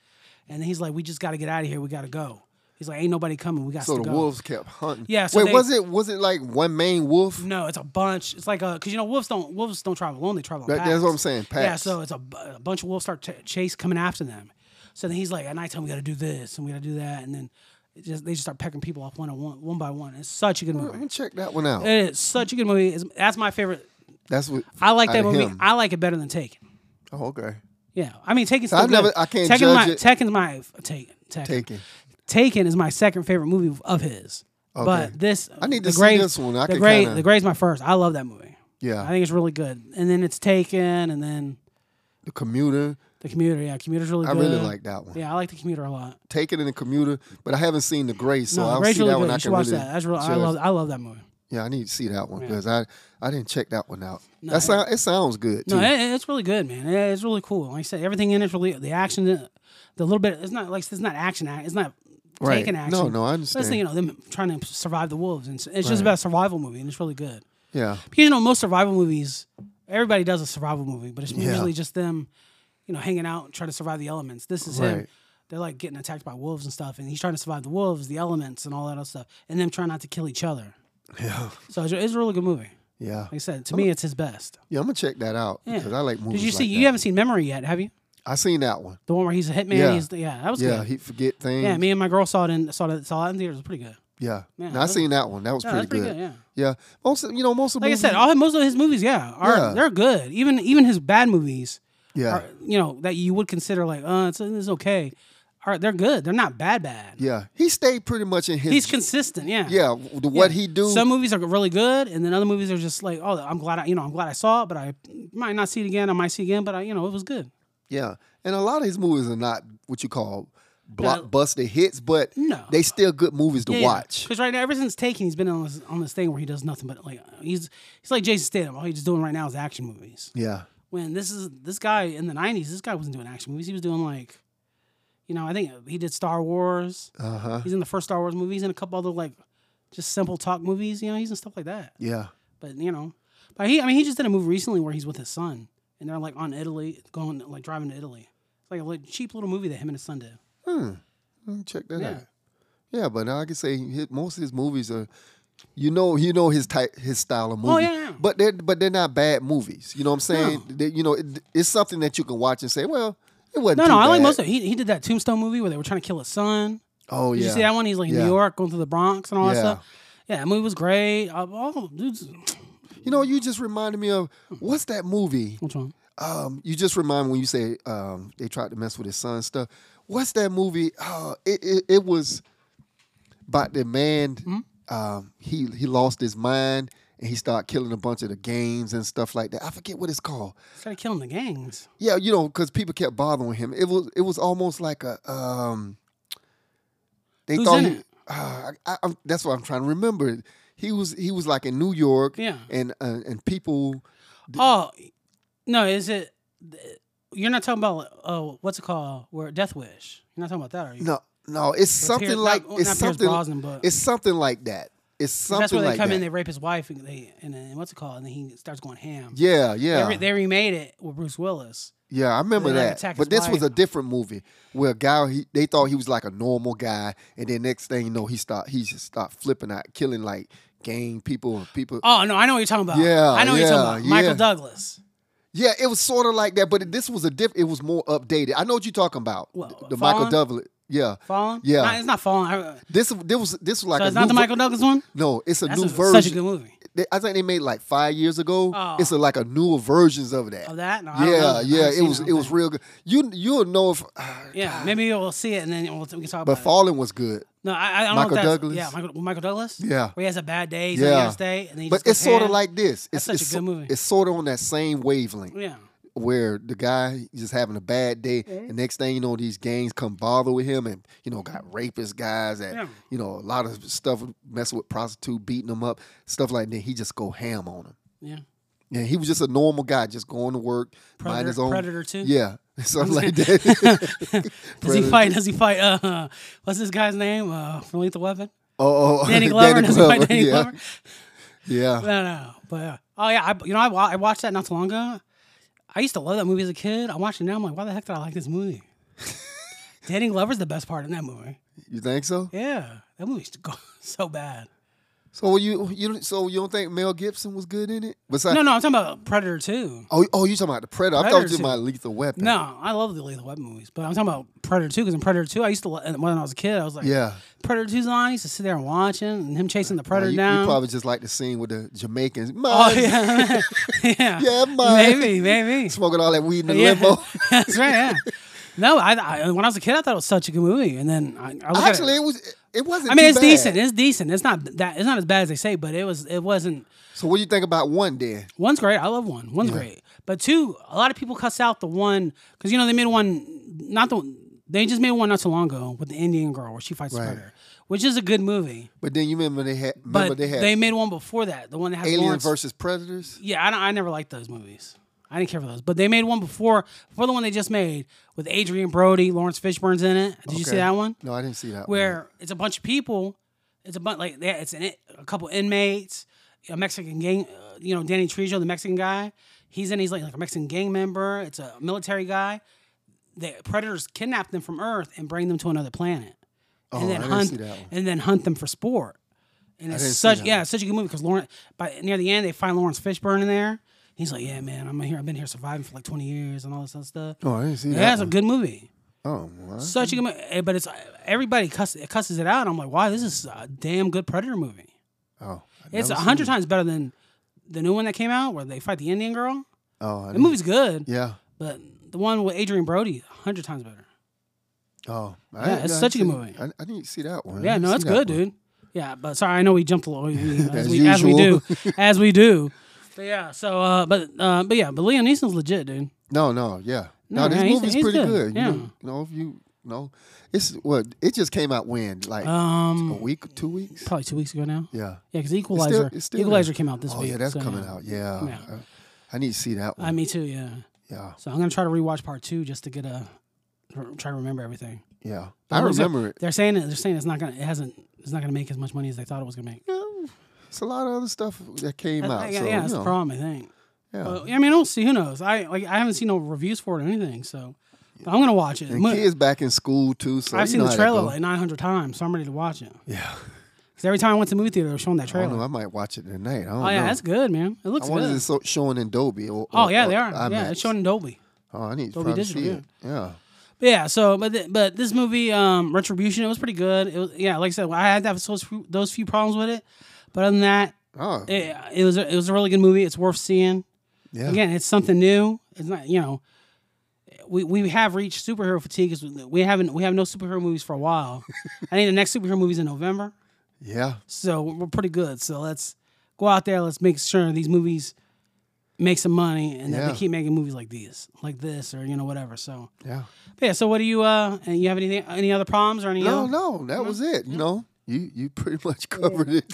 C: And he's like, we just got to get out of here. We got to go. He's like, ain't nobody coming. We got
B: So
C: to
B: the
C: go.
B: wolves kept hunting.
C: Yeah, so
B: Wait,
C: they-
B: was it was it like one main wolf?
C: No, it's a bunch. It's like a because you know wolves don't wolves don't travel alone. They travel. in
B: That- that's what I'm
C: packs.
B: saying,
C: Yeah,
B: packs.
C: so it's a, bu- a bunch of wolves start ch chase coming after them. So then he's like, at nighttime we got to do this and we got to do that, and then it just they just start pecking people off one on one, one by one. It's such a good
B: I'm gonna
C: movie.
B: check that one out.
C: It is such a good movie. It's, that's my favorite.
B: That's what
C: Uh, I like
B: out
C: that
B: of
C: movie.
B: him.
C: I like it better than Taken.
B: oh, okay.
C: Yeah, I mean Taken's still
B: I've never-
C: good.
B: I can't
C: Taken
B: judge
C: my,
B: it.
C: Taken's my Taken. Taken.
B: Taken.
C: Taken is my second favorite movie of his.
B: Okay.
C: But this,
B: I need
C: The
B: to see
C: Grey-
B: this one. I
C: the
B: can
C: Grey,
B: kinda-
C: the Grey's my first. I love that movie.
B: Yeah.
C: I think it's really good. And then it's Taken, and then
B: the commuter.
C: the Commuter. Yeah, Commuter's really
B: I
C: good.
B: really like that one.
C: Yeah, I like the Commuter a lot.
B: Take it in the commuter, but I haven't seen the gray, so
C: No,
B: I'll
C: Grey's
B: see
C: really
B: that
C: good.
B: one. I
C: you should
B: can
C: watch
B: really
C: that. That's real. I
B: judge.
C: love. I love that movie.
B: Yeah, I need to see that one
C: Yeah.
B: because I I didn't check that one out.
C: No,
B: that sound it sounds good too.
C: No, it, it's really good, man. It- it's really cool. Like I said, everything in it's really the action, the little bit. It's not like it's not action. act- It's not
B: Right.
C: taking
B: No,
C: action.
B: no, I
C: It's just,
B: understand.
C: you know them trying to survive the wolves, and it's, it's
B: Right.
C: just about a survival movie, and it's really good.
B: yeah,
C: Because you know most survival movies, everybody does a survival movie, but it's
B: Yeah.
C: usually just them, you know, hanging out and trying to survive the elements. This is him.
B: Right.
C: They're like getting attacked by wolves and stuff, and he's trying to survive the wolves, the elements, and all that other stuff, and them trying not to kill each other.
B: yeah,
C: So it's, it's a really good movie. Like
B: yeah.
C: I said, to me, it's his best.
B: Yeah, I'm gonna check that out
C: Yeah.
B: because I like movies.
C: Did you see?
B: like
C: You
B: that.
C: haven't seen Memory yet, have you?
B: I seen that one.
C: The one where he's a hitman.
B: Yeah.
C: Yeah, he's, yeah that was
B: Yeah,
C: good.
B: he forget things.
C: yeah, me and my girl saw it in saw it saw it in theaters. It was pretty good.
B: Yeah,
C: Yeah,
B: No, I
C: that's-
B: seen that one. That was
C: Yeah,
B: pretty,
C: that's pretty
B: good.
C: good,
B: yeah. most of, you know most of the
C: Like I
B: movies-
C: said, all most of his movies, yeah, are
B: Yeah.
C: they're good. Even even his bad movies,
B: yeah,
C: are, you know, that you would consider like, uh, it's, it's okay. All right, they're good. They're not bad, bad.
B: yeah. He stayed pretty much in his
C: He's consistent. Yeah.
B: yeah. The, what
C: Yeah.
B: he do?
C: Some movies are really good, and then other movies are just like, oh, I'm glad I, you know, I'm glad I saw it, but I might not see it again. I might see it again, but I, you know, it was good.
B: yeah, and a lot of his movies are not what you call blockbuster hits, but
C: No.
B: they still good movies to watch.
C: Because right now, ever since Taken, he's been on this on this thing where he does nothing but like he's he's like Jason Statham. All he's doing right now is action movies.
B: Yeah,
C: When this is this guy in the '90s, this guy wasn't doing action movies. He was doing like, you know, I think he did Star Wars.
B: uh huh.
C: He's in the first Star Wars movies and a couple other like just simple talk movies. You know, he's in stuff like that.
B: Yeah,
C: But you know, but he I mean he just did a movie recently where he's with his son and they're like on Italy going like driving to Italy. It's like a like, cheap little movie that him and his son did.
B: Mm, check that
C: Yeah.
B: out. Yeah, but I can say hi- most of his movies are, you know, you know his type, his style of movie.
C: Oh, yeah, yeah.
B: But they're but they're not bad movies. You know what I'm saying? They- you know, it, it's something that you can watch and say, well, it wasn't.
C: No,
B: too
C: no, I like
B: bad.
C: most of it. He, he did that Tombstone movie where they were trying to kill his son.
B: Oh
C: Did
B: yeah.
C: you see that one? He's like in
B: Yeah.
C: New York going through the Bronx and all that
B: Yeah.
C: stuff. Yeah, that movie was great. Uh, oh, dudes.
B: You know, you just reminded me of what's that movie?
C: Which one?
B: Um, you just remind me when you say um, they tried to mess with his son and stuff. What's that movie? Uh, it, it it
C: Hmm?
B: was about the man. Um, he he lost his mind and he started killing a bunch of the gangs and stuff like that. I forget what it's called.
C: Started killing the gangs.
B: Yeah, you know, because people kept bothering him. It was it was almost like a um. They
C: Who's
B: thought
C: in
B: he,
C: it?
B: Ah, I, I, am that's what I'm trying to remember. He was he was like in New York,
C: Yeah.
B: and uh, and people.
C: Oh, no, is it? You're not talking about uh, what's it called? Where Death Wish? You're not talking about that, are you?
B: No, no, it's
C: With
B: something
C: Pier- not-
B: like
C: not
B: it's
C: Pierce
B: something.
C: Brosnan, but
B: It's something like that. It's something
C: that's where they
B: like
C: come
B: that.
C: in, they rape his wife, and they and, then what's it called? And then he starts going ham.
B: yeah,
C: They,
B: yeah,
C: re- they remade it with Bruce Willis.
B: yeah. I remember
C: they, like,
B: that.
C: attack
B: But
C: his
B: this was a
C: wife.
B: different movie where a guy he, they thought he was like a normal guy, and then next thing you know, he start he just start flipping out, killing like gang people and people.
C: Oh no, I know what you're talking about.
B: Yeah,
C: I know what you're
B: yeah,
C: talking about. Michael
B: yeah.
C: Douglas.
B: Yeah, it was sort of like that, but it, this was a diff. It was more updated. I know what you're talking about.
C: What,
B: the Michael
C: Fallen?
B: Douglas. Yeah,
C: Fallen?
B: Yeah.
C: Nah, it's not Fallen. I,
B: this this was this was like
C: so
B: a
C: it's not
B: new
C: the
B: ver-
C: Michael Douglas one.
B: No, it's a
C: That's
B: new
C: a-
B: version.
C: such a good movie.
B: They- I think they made like five years ago.
C: Oh.
B: It's a, like a newer versions of that.
C: Of that? No, I don't know.
B: yeah,
C: I
B: yeah. It
C: haven't seen
B: was
C: I
B: it
C: don't
B: was
C: think.
B: real good. You you'll know if. *sighs*
C: Yeah, maybe we'll see it and then we'll, we can talk
B: But
C: about it.
B: Fallen was good.
C: No, I, I
B: Michael
C: don't know if that's,
B: Douglas?
C: Yeah, Michael, Michael Douglas.
B: Yeah.
C: where he has a bad day, he's
B: Yeah.
C: yeah. on day, and then he
B: But
C: just goes
B: it's sort of
C: ham.
B: like this. It's
C: such a
B: it's
C: good
B: so-
C: movie.
B: It's sort of on that same wavelength
C: yeah,
B: where the guy just having a bad day. And next thing you know, these gangs come bother with him, and you know, got rapist guys and
C: Mm-hmm. Yeah.
B: you know a lot of stuff messing with prostitute, beating them up, stuff like that. He just go ham on them.
C: yeah.
B: Yeah, he was just a normal guy, just going to work, mind his
C: Predator,
B: own.
C: Predator too.
B: Yeah, *laughs* something
C: *laughs*
B: like that. *laughs*
C: Does he fight? Does he fight? Uh, what's this guy's name? Uh, from Lethal
B: *laughs*
C: Weapon.
B: oh, oh,
C: Danny Glover. *laughs* does he
B: Glover,
C: fight Danny
B: yeah,
C: Glover?
B: Yeah,
C: No, no, no. But uh, oh yeah, I, you know I, wa- I watched that not too long ago. I used to love that movie as a kid. I watched it now. I'm like, why the heck did I like
B: *laughs*
C: this movie? Danny Glover's the best part in that movie.
B: you think so?
C: Yeah, that movie's *laughs* go- so bad.
B: So you you don't- so you don't think Mel Gibson was good in it? Besides,
C: No, no, I'm talking about Predator 2.
B: oh oh, you talking about the Predator? I thought
C: Predator
B: you were my Lethal Weapon.
C: No, I love the Lethal Weapon movies, but I'm talking about Predator 2 because in Predator 2, I used to, lo- when I was a kid, I was like,
B: Yeah,
C: Predator 2's on. I used to sit there and watch him and him chasing the
B: Now,
C: Predator
B: you,
C: down.
B: you probably just like the scene with the Jamaicans.
C: *laughs* oh,
B: Mine, *laughs*
C: yeah. *laughs* yeah. *laughs*
B: Yeah, mine.
C: Maybe,
B: *laughs*
C: maybe.
B: smoking all that weed in the
C: *laughs* Yeah.
B: limo.
C: That's right, yeah. No, I, I when I was a kid, I thought it was such a good movie, and then I, I look at
B: Actually,
C: it,
B: it was it wasn't.
C: I mean,
B: too
C: it's
B: bad.
C: decent. It's decent. It's not that. It's not as bad as they say, but it was. It wasn't.
B: So what do you think about one then?
C: One's great. I love one. One's great. But two, a lot of people cuss out the one because you know they made one not the they just made one not so long ago with the Indian girl where she fights the
B: Right.
C: predator, which is a good movie.
B: But then you remember they had remember
C: But
B: they
C: they,
B: had
C: made one before that, the one that has
B: Alien
C: Lawrence.
B: versus Predators.
C: Yeah, I, don't, I never liked those movies. I didn't care for those. But they made one before before the one they just made with Adrian Brody, Lawrence Fishburne's in it. Did you see
B: Okay.
C: that one?
B: No, I didn't see that. one.
C: where it's a bunch of people. It's a bunch like yeah, it's an, it- a couple inmates, a Mexican gang. Uh, you know, Danny Trejo, the Mexican guy. He's in. He's like, like a Mexican gang member. It's a military guy. The predators kidnap them from Earth and bring them to another planet, and
B: Oh,
C: then
B: I didn't
C: hunt
B: see that one.
C: and then hunt them for sport. And it's
B: didn't see
C: such
B: that
C: yeah, it's such a good movie because Lawrence. By near the end, they find Lawrence Fishburne in there. He's like, yeah, man, I'm here. I've been here surviving for like 20 years and all this other stuff.
B: Oh, I didn't see
C: yeah,
B: that.
C: it's a
B: one.
C: good movie.
B: Oh, well,
C: Such a good mo- eh, but it's everybody cuss, cusses it out. and I'm like, wow, this is a damn good Predator movie.
B: oh, I
C: It's a
B: never
C: hundred
B: seen
C: times better than the new one that came out where they fight the Indian girl.
B: it. Oh, I
C: The
B: didn't-
C: movie's good,
B: Yeah.
C: but the one with Adrian Brody, a hundred times better.
B: Oh, I
C: Yeah,
B: didn't-
C: it's
B: I
C: such a
B: didn't
C: good
B: see-
C: movie.
B: I, I didn't see that one. I
C: Yeah,
B: didn't
C: no,
B: see
C: it's
B: that
C: good,
B: one.
C: dude. Yeah, but sorry, I know we jumped a
B: *laughs*
C: little we- as,
B: As
C: we as we
B: usual. *laughs*
C: do, *laughs* as we do. But yeah, so uh, but uh, but yeah, but Liam Neeson's legit, dude.
B: No, no, yeah. No,
C: No,
B: this
C: yeah, he's-
B: movie's
C: he's
B: pretty good.
C: good,
B: You, know,
C: yeah.
B: you know, if you, you know, it's what it just came out when like a
C: Um,
B: week, two weeks.
C: probably two weeks ago now.
B: Yeah.
C: Yeah, because Equalizer,
B: it's still
C: Equalizer
B: there.
C: came out this
B: oh
C: week.
B: yeah, that's
C: so,
B: coming out. Yeah.
C: Yeah.
B: I, I need to see that one.
C: I me too. Yeah.
B: yeah,
C: So I'm gonna try to rewatch part two just to get a r- try to remember everything.
B: yeah. I
C: They're sa-
B: remember it.
C: They're saying it. They're saying it's not gonna. It hasn't. It's not gonna make as much money as they thought it was gonna make.
B: It's a lot of other stuff that came
C: That's-
B: out.
C: yeah,
B: so,
C: yeah, uh,
B: you
C: that's
B: know,
C: the problem. I think.
B: Yeah.
C: But, I mean, we'll see. Who knows? I like. I haven't seen no reviews for it or anything. So, but I'm gonna watch it.
B: and
C: Mo-
B: kids back in school too. So
C: I've
B: you
C: seen
B: know
C: the
B: how that
C: trailer
B: go.
C: like 900 times, so I'm ready to watch it.
B: yeah.
C: Because every time I went to the movie theater, they were showing that
B: I don't
C: trailer.
B: know. I might watch it tonight. I don't
C: oh yeah,
B: know.
C: that's good, man. It
B: I
C: looks
B: wonder
C: good.
B: if it's so- showing in Dolby. Or,
C: oh
B: or-
C: yeah,
B: or
C: they are.
B: IMAX.
C: Yeah, it's showing in Dolby.
B: Oh, I need to
C: Dolby
B: probably
C: Digital,
B: see it. Yeah.
C: But yeah, so but th- but this movie, um, Retribution, it was pretty good. It was yeah, like I said, I had to have those few, those few problems with it, but other than that,
B: Oh,
C: it, it was a, it was a really good movie. It's worth seeing.
B: yeah.
C: Again, it's something new. It's not you know, we, we have reached superhero fatigue. 'cause We haven't we have no superhero movies for
B: *laughs*
C: a while. I think the next superhero movies in November,
B: Yeah.
C: so we're pretty good. So let's go out there. Let's make sure these movies make some money and that
B: Yeah.
C: they keep making movies like these, like this, or you know whatever. So
B: Yeah.
C: but yeah. So what do you? Uh, and you have anything? Any other problems or any? uh,
B: No,
C: other-
B: no, that was it. You know, you you pretty much covered it.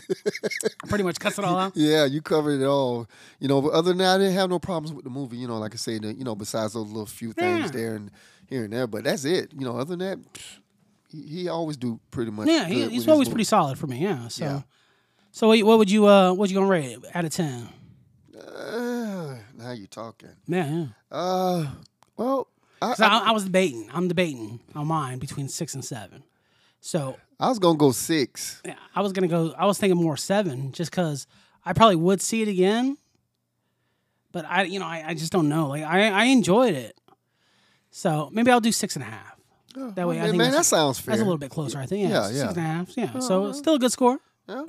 C: Pretty much cuts it
B: *laughs*
C: all out.
B: yeah, you covered it all. You know, but other than that, I didn't have no problems with the movie. You know, like I say, the, you know, besides those little few things
C: Yeah.
B: there and here and there, but that's it. You know, other than that, *sniffs* pfft, he, he always do pretty much.
C: Yeah,
B: good
C: he,
B: with
C: he's
B: his
C: always
B: movies.
C: pretty solid for me. Yeah. So,
B: Yeah.
C: so what, what would you? Uh, what you gonna rate it out of ten?
B: Uh, now you talking.
C: Yeah. yeah.
B: Uh, well, I,
C: 'Cause
B: I,
C: I, I was debating. I'm debating on mine between six and seven. So
B: I was gonna go six.
C: yeah, I was gonna go. I was thinking more seven, just because I probably would see it again. But I, you know, I, I just don't know. Like I, I enjoyed it. So maybe I'll do six and a half. That way, I
B: Man,
C: think
B: Oh, man, that
C: that's,
B: sounds fair.
C: that's a little bit closer. I think.
B: Yeah, Oh,
C: Yeah, six
B: yeah.
C: and a half. Yeah. So it's still a good score.
B: Yeah.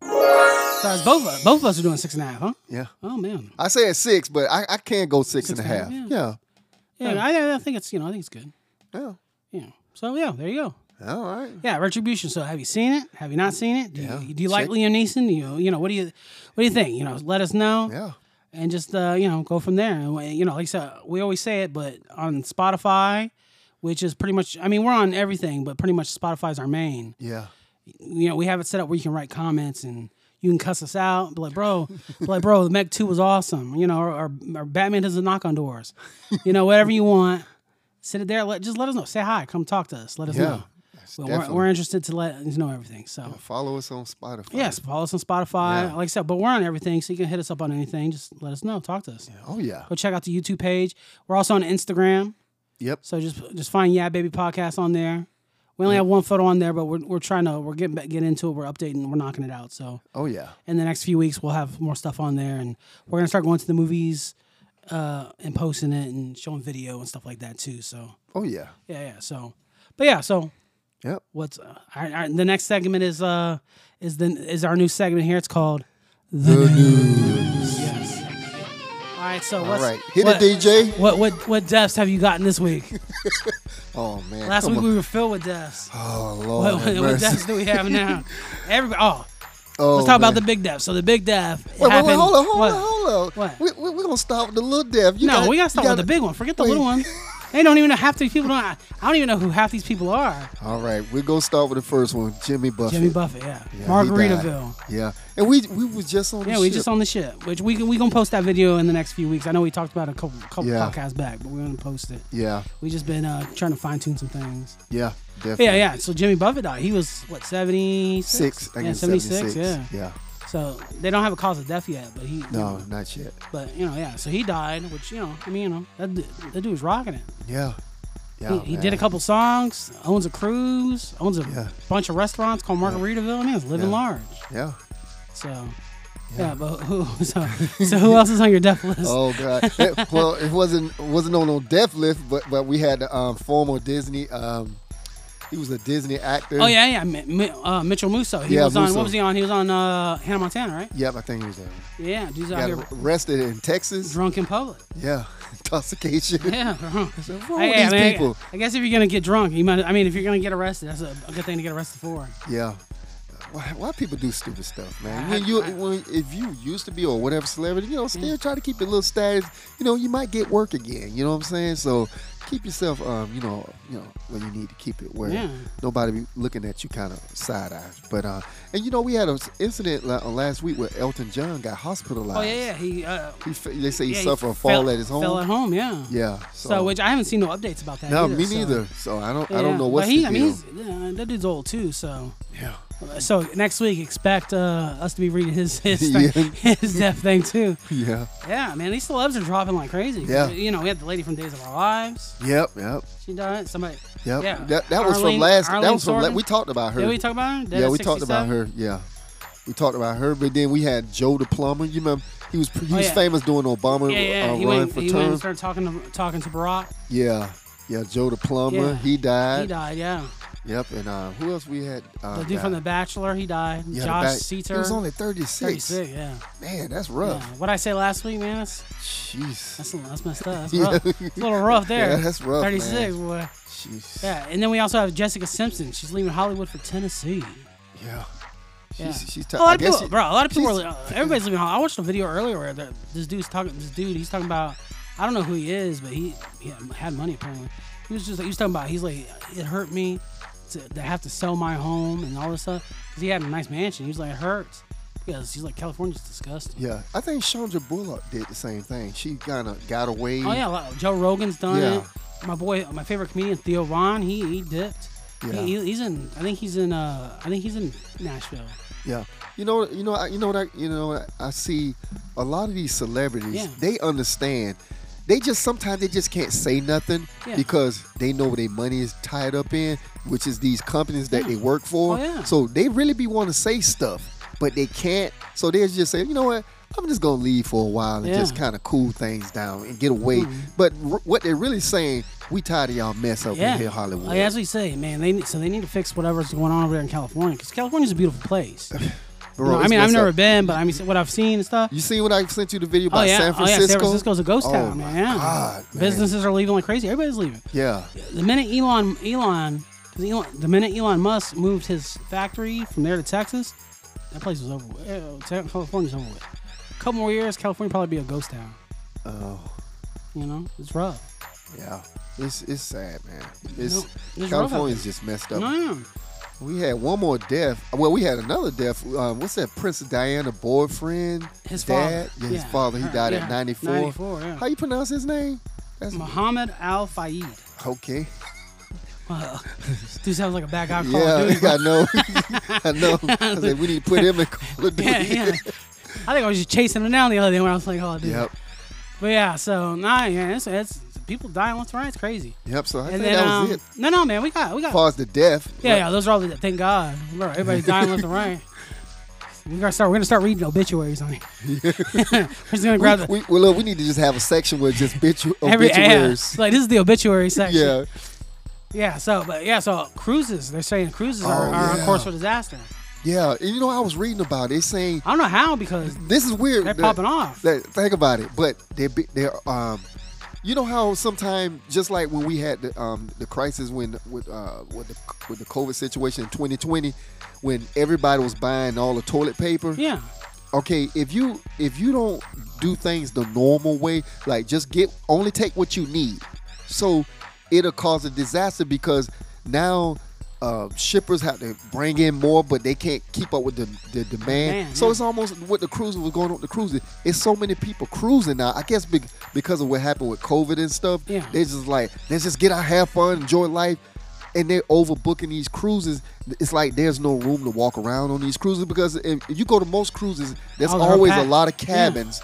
C: So it's both of- both of us are doing six and a half, huh?
B: Yeah,
C: Oh man.
B: I say at six, but I, I can go six and a half.
C: and
B: Yeah,
C: Yeah, I, I think it's you know I think it's good.
B: yeah.
C: Yeah. So yeah, there you go.
B: All right.
C: Yeah, Retribution. So have you seen it? Have you not seen it? Do,
B: Yeah,
C: you, do you like
B: check.
C: Liam Neeson? Do you you know what do you what do you think? You know, let us know.
B: Yeah.
C: And just uh, you know go from there. And we- you know, like I said, we always say it, but on Spotify, which is pretty much I mean we're on everything, but pretty much Spotify's our main.
B: Yeah.
C: You know, we have it set up where you can write comments and. You can cuss us out, be like bro, be like bro, the Mech Two was awesome, you know, or, or, or Batman doesn't knock on doors, you know, whatever you want, sit it there, let just let us know, say hi, come talk to us, let us
B: Yeah.
C: know.
B: Yes,
C: Well, we're,
B: definitely.
C: we're interested to let you know everything. So
B: Follow us on Spotify.
C: yes, follow us on Spotify.
B: Yeah.
C: Like I said, but we're on everything, so you can hit us up on anything. Just let us know. Talk to us.
B: Oh yeah.
C: Go check out the YouTube page. We're also on Instagram.
B: Yep.
C: So just just find Yeah Baby Podcast on there. We only have one photo on there, but we're, we're trying to we're getting back, get into it. We're updating. We're knocking it out. So
B: Oh yeah.
C: in the next few weeks, we'll have more stuff on there, and we're gonna start going to the movies uh, and posting it and showing video and stuff like that too. So
B: Oh yeah.
C: yeah, yeah. So, but yeah, so
B: Yep.
C: what's uh, our, our, the next segment is uh is the is our new segment here. It's called the, news. Yes. All right, so
B: All
C: what's,
B: right. Hit
C: what,
B: it, DJ.
C: What what what deaths have you gotten
B: *laughs*
C: this week?
B: Oh man.
C: Last
B: Come
C: week
B: on.
C: we were filled with deaths.
B: Oh Lord.
C: what,
B: have
C: what, what
B: mercy.
C: deaths do we
B: *laughs*
C: have now? Everybody. Oh,
B: Oh,
C: let's talk about the
B: man.
C: big death. So the big death.
B: Wait, wait,
C: happened,
B: wait, hold on, hold
C: what?
B: on, hold on.
C: What?
B: We, we, we're gonna start with the little dev. You
C: No,
B: gotta-
C: we gotta start
B: you
C: with the
B: gotta-
C: big one. Forget the
B: wait. *laughs*
C: little one. They don't even know half these people. Don't, I don't even know who half these people are.
B: All right, we're gonna start with the first one, Jimmy Buffett.
C: Jimmy Buffett, yeah.
B: Yeah, he died.
C: Margaritaville.
B: Yeah, and we we was just on.
C: Yeah,
B: the
C: we
B: ship.
C: just on the ship, which we we gonna post that video in the next few weeks. I know we talked about it a couple couple
B: Yeah.
C: podcasts back, but we're gonna post it.
B: Yeah,
C: We just been uh, trying to fine tune some things.
B: yeah, definitely.
C: Yeah, yeah. So Jimmy Buffett died. He was what seventy
B: Six, I
C: Yeah,
B: guess
C: seventy six.
B: 76.
C: Yeah.
B: yeah.
C: So they don't have a cause of death yet, but he.
B: No, not yet.
C: But you know, yeah. So he died, which you know, I mean, you know, that d- that dude was rocking it.
B: Yeah, yeah.
C: He, he did a
B: Oh, man.
C: couple songs, owns a cruise, owns a
B: Yeah.
C: bunch of restaurants called Margaritaville. I mean, he's living
B: Yeah.
C: large.
B: Yeah.
C: So, yeah, but who? *laughs* So, so who else is on your death list? *laughs*
B: Oh god. It- well, it wasn't wasn't on no death list, but but we had um, former Disney. Um, he was a Disney actor.
C: Oh yeah, yeah, Mi- Mi- uh, Mitchell Musso. He
B: Yeah,
C: was on.
B: Musso.
C: What was he on? He was on uh, Hannah Montana, right?
B: Yep, I think he was there.
C: Yeah, dude's out
B: Got
C: here
B: arrested in Texas.
C: drunk in public. *laughs*
B: Yeah, *laughs* intoxication. *laughs*
C: Yeah, drunk.
B: wrong
C: Hey,
B: with
C: I
B: these
C: mean, I-
B: people?
C: I guess if you're gonna get drunk, you might. I mean, if you're gonna get arrested, that's a, a good thing to get arrested for.
B: Yeah. Why, why people do stupid stuff, man?
C: I-
B: When you,
C: I- Mm.
B: when, if you used to be or whatever celebrity, you know, still try to keep your little status. You know, you might get work again. You know what I'm saying? So keep yourself, um, you know, you know, where you need to keep it, where
C: Yeah.
B: nobody be looking at you kind of side eyes. But uh, and you know, we had an incident la- uh, last week where Elton John got hospitalized.
C: Oh yeah, yeah. He. Uh,
B: He, fa- they say he
C: yeah,
B: suffered a
C: fell-
B: fall at his home.
C: Fell at home, yeah.
B: Yeah.
C: So, which I haven't seen no updates about that.
B: no,
C: either,
B: me
C: so-
B: neither. So I don't, I
C: Yeah,
B: don't know what's
C: But he,
B: the
C: I
B: deal.
C: mean, he's, uh, that dude's old too. So,
B: yeah.
C: so next week expect uh, us to be reading
B: *laughs*
C: his his
B: Yeah.
C: thing, his death thing too.
B: Yeah.
C: Yeah, man, these celebs are dropping like crazy.
B: Yeah.
C: You know, we had the lady from Days of Our Lives.
B: Yep. Yep.
C: She died. Somebody.
B: Yep.
C: Yeah.
B: That, that was from
C: Arlene-
B: last. that
C: Arlene
B: was from la-
C: Sorkin?
B: we talked about her.
C: Did we talk about her? Dead
B: yeah,
C: at
B: we talked about
C: 67?
B: her. Yeah, we talked about her. But then we had Joe the plumber. You remember he was he
C: Oh,
B: was
C: yeah.
B: famous doing Obama
C: Yeah, yeah.
B: uh,
C: he
B: run
C: went,
B: for
C: he went
B: term.
C: and started talking to talking to Barack.
B: yeah, yeah. Joe the plumber.
C: Yeah.
B: He, died.
C: He died. Yeah.
B: Yep. And uh, who else we had? Uh,
C: The dude
B: died?
C: from The Bachelor. He died.
B: Yeah, the
C: Josh
B: back-
C: Seater.
B: He was only 36.
C: 36. Yeah.
B: Man, that's
C: yeah.
B: rough.
C: What I say last week, man. That's
B: Jeez.
C: that's, that's messed up. That's
B: Yeah.
C: rough. It's a little rough
B: *laughs*
C: there.
B: Yeah, that's rough,
C: 36, boy.
B: Jeez.
C: Yeah. And then we also have Jessica Simpson. She's leaving Hollywood for Tennessee.
B: Yeah.
C: Yeah.
B: She's, she's t-
C: a lot
B: I
C: of
B: guess
C: people,
B: she-
C: bro. A lot of people. uh,
B: she's-
C: Are, everybody's leaving. I watched a video earlier where the, this dude's talking. This dude, he's talking about. I don't know who he is, but he, he had money apparently. He was just he was talking about. He's like, it hurt me to, to have to sell my home and all this stuff because he had a nice mansion. He was like, it hurts because he's like California's disgusting.
B: Yeah, I think Chandra Bullock did the same thing. She kind of got away.
C: Oh yeah, like, Joe Rogan's done
B: Yeah.
C: it. My boy, my favorite comedian Theo Vaughn, he he dipped. He-
B: Yeah.
C: He, he's in. I think he's in. Uh, I think he's in Nashville.
B: Yeah. You know, you know, I- you know what I, you know, what I I see a lot of these celebrities.
C: Yeah.
B: They understand. They just sometimes they just can't say nothing
C: Yeah.
B: because they know their money is tied up in, which is these companies that they work for.
C: Oh, yeah.
B: So they really be want to say stuff, but they can't. So they just say, you know what? I'm just gonna leave for a while and
C: Yeah. Mm-hmm.
B: just kind of cool things down and get away. But r- what they're really saying, we tired of y'all mess up
C: Yeah,
B: in here, Hollywood.
C: Like, that's what you say, man. They need- so they need to fix whatever's going on over there in California because California's a beautiful place. You
B: Bro,
C: know, I
B: it's
C: mean, I've
B: messed
C: never
B: up.
C: been, but I mean, what I've seen and stuff.
B: You seen when I sent you the video about
C: oh yeah,
B: San
C: oh yeah,
B: Francisco?
C: San Francisco's a ghost
B: Oh,
C: town,
B: my
C: man. Yeah.
B: God, man.
C: Businesses are leaving like crazy. Everybody's leaving.
B: Yeah.
C: The minute Elon, Elon, 'cause Elon, the minute Elon Musk moved his factory from there to Texas, that place was over. With. Uh, Te- California's over with. A couple more years, California probably be a ghost town.
B: Oh,
C: You know, it's rough.
B: yeah. It's it's sad, man. It's,
C: No, it's rough out
B: California's just messed up.
C: No, yeah.
B: We had one more death. Well, we had another death. Um, what's that? Princess Diana boyfriend.
C: His
B: dad.
C: father.
B: Yeah, his
C: Yeah,
B: father. He
C: her-
B: died
C: yeah,
B: at ninety four.
C: 94, yeah.
B: How you pronounce his name? That's
C: Muhammad Al Fayed.
B: okay.
C: Wow. This dude sounds like a bad guy. Call
B: Yeah,
C: of
B: *laughs*
C: Duty.
B: I know. I know. I was like, we need to put him in Call of Duty.
C: *laughs* yeah, yeah. I think I was just chasing him down the other day when I was playing Call of Duty.
B: Yep.
C: But yeah, so nah, yeah, it's, it's people dying left and right. It's crazy.
B: Yep. So I
C: and
B: think
C: then
B: that was
C: um,
B: it.
C: no, no, man, we got we got.
B: Pause the death.
C: Yeah, yeah, those are all the thank God. Bro, everybody's dying left and right. We gotta start. We're gonna start reading obituaries on it. *laughs* we're just gonna grab the,
B: We, well, look, we need to just have a section with just bitu-
C: *laughs* every yeah,
B: obituaries.
C: like this is the obituary section.
B: Yeah.
C: Yeah, So, but yeah. So cruises. They're saying cruises are,
B: Oh,
C: are on
B: yeah.
C: course for disaster.
B: Yeah, and you know, I was reading about it. It's saying
C: I don't know how because
B: this is weird.
C: They're
B: that-
C: popping off.
B: that- think about it, but they're bi- they're um, you know how sometimes just like when we had the um the crisis when with uh with the with the COVID situation in 2020, when everybody was buying all the toilet paper.
C: yeah,
B: Okay, if you if you don't do things the normal way, like just get only take what you need, so it'll cause a disaster because now uh, shippers have to bring in more, but they can't keep up with the, the demand.
C: Demand,
B: so
C: yeah.
B: it's almost what the cruiser was going on with the cruises. It's so many people cruising now. I guess be- because of what happened with COVID and stuff,
C: Yeah.
B: they just like let's just get out, have fun, enjoy life. And they're overbooking these cruises. It's like there's no room to walk around on these cruises because if if you go to most cruises, there's
C: Oh, they're
B: always a
C: packed.
B: lot of
C: Yeah.
B: cabins,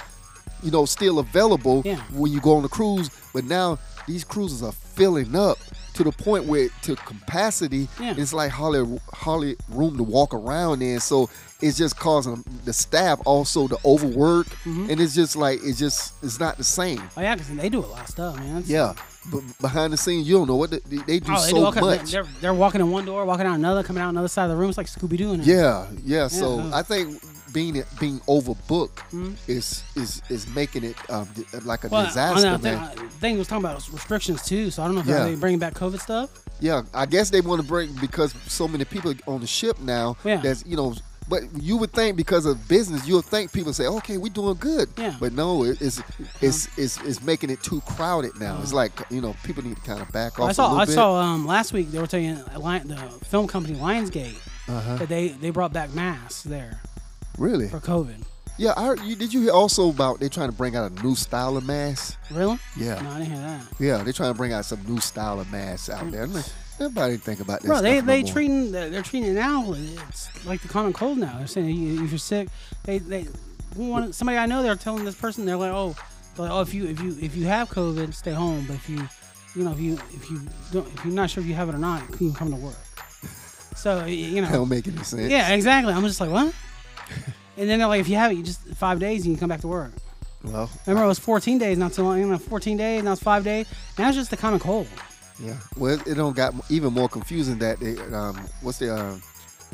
B: you know, still available
C: Yeah.
B: when you go on a cruise. But now these cruises are filling up to the point where to capacity,
C: Yeah.
B: it's like hardly hardly room to walk around in. So it's just causing the staff also to overwork,
C: Mm-hmm.
B: and it's just like it's just it's not the same.
C: oh yeah, because they do a lot of stuff, man. That's-
B: Yeah, but behind the scenes, you don't know what the, they, they do
C: Oh, they do
B: so
C: all kinds of-
B: much.
C: They're, they're walking in one door, walking out another, coming out another side of the room. It's like Scooby Doo.
B: Yeah, yeah. So
C: Yeah. uh-huh.
B: I think being being overbooked is is is making it um, d- like a
C: Mm-hmm. Well,
B: disaster,
C: I, know, I
B: man.
C: think, I think he was talking about was restrictions too. So I don't know if
B: Yeah.
C: they bringing back COVID stuff.
B: yeah, I guess they want to bring because so many people on the ship now.
C: Yeah.
B: That's you know. But you would think because of business, you'll think people say, "Okay, we're doing good."
C: Yeah.
B: But no, it, it's, it's it's it's making it too crowded now. It's like you know people need to kind of back off.
C: Uh-huh. I saw
B: a
C: I
B: little
C: saw um, last week they were telling Lion, the film company Lionsgate
B: Uh-huh.
C: that they they brought back masks there
B: bit. really.
C: for COVID.
B: Yeah, I heard, you, did you hear also about they trying to bring out a new style of mask?
C: Really?
B: Yeah.
C: No, I didn't hear that.
B: Yeah, they're trying to bring out some new style of masks out there. I'm like, nobody think about that.
C: Mm. Bro, they
B: stuff no
C: they
B: more.
C: treating they're they're treating it now. It's like the common cold now. They're saying you- if you're sick, they they one, somebody I know they're telling this person they're like oh, they're like, oh if you if you if you have COVID, stay home. But if you you know if you if you don't if you're not sure if you have it or not, you can come to work. So y- you
B: That
C: know
B: *laughs* don't make any sense.
C: yeah exactly. I'm just like
B: *laughs*
C: what, and then they're like if you have it, you just five days you can come back to work.
B: Well,
C: Remember it was 14 days not too long. You know, 14 days now it's five days. Now it's just the common cold.
B: yeah. Well, it don't got even more confusing that they, um, what's the um,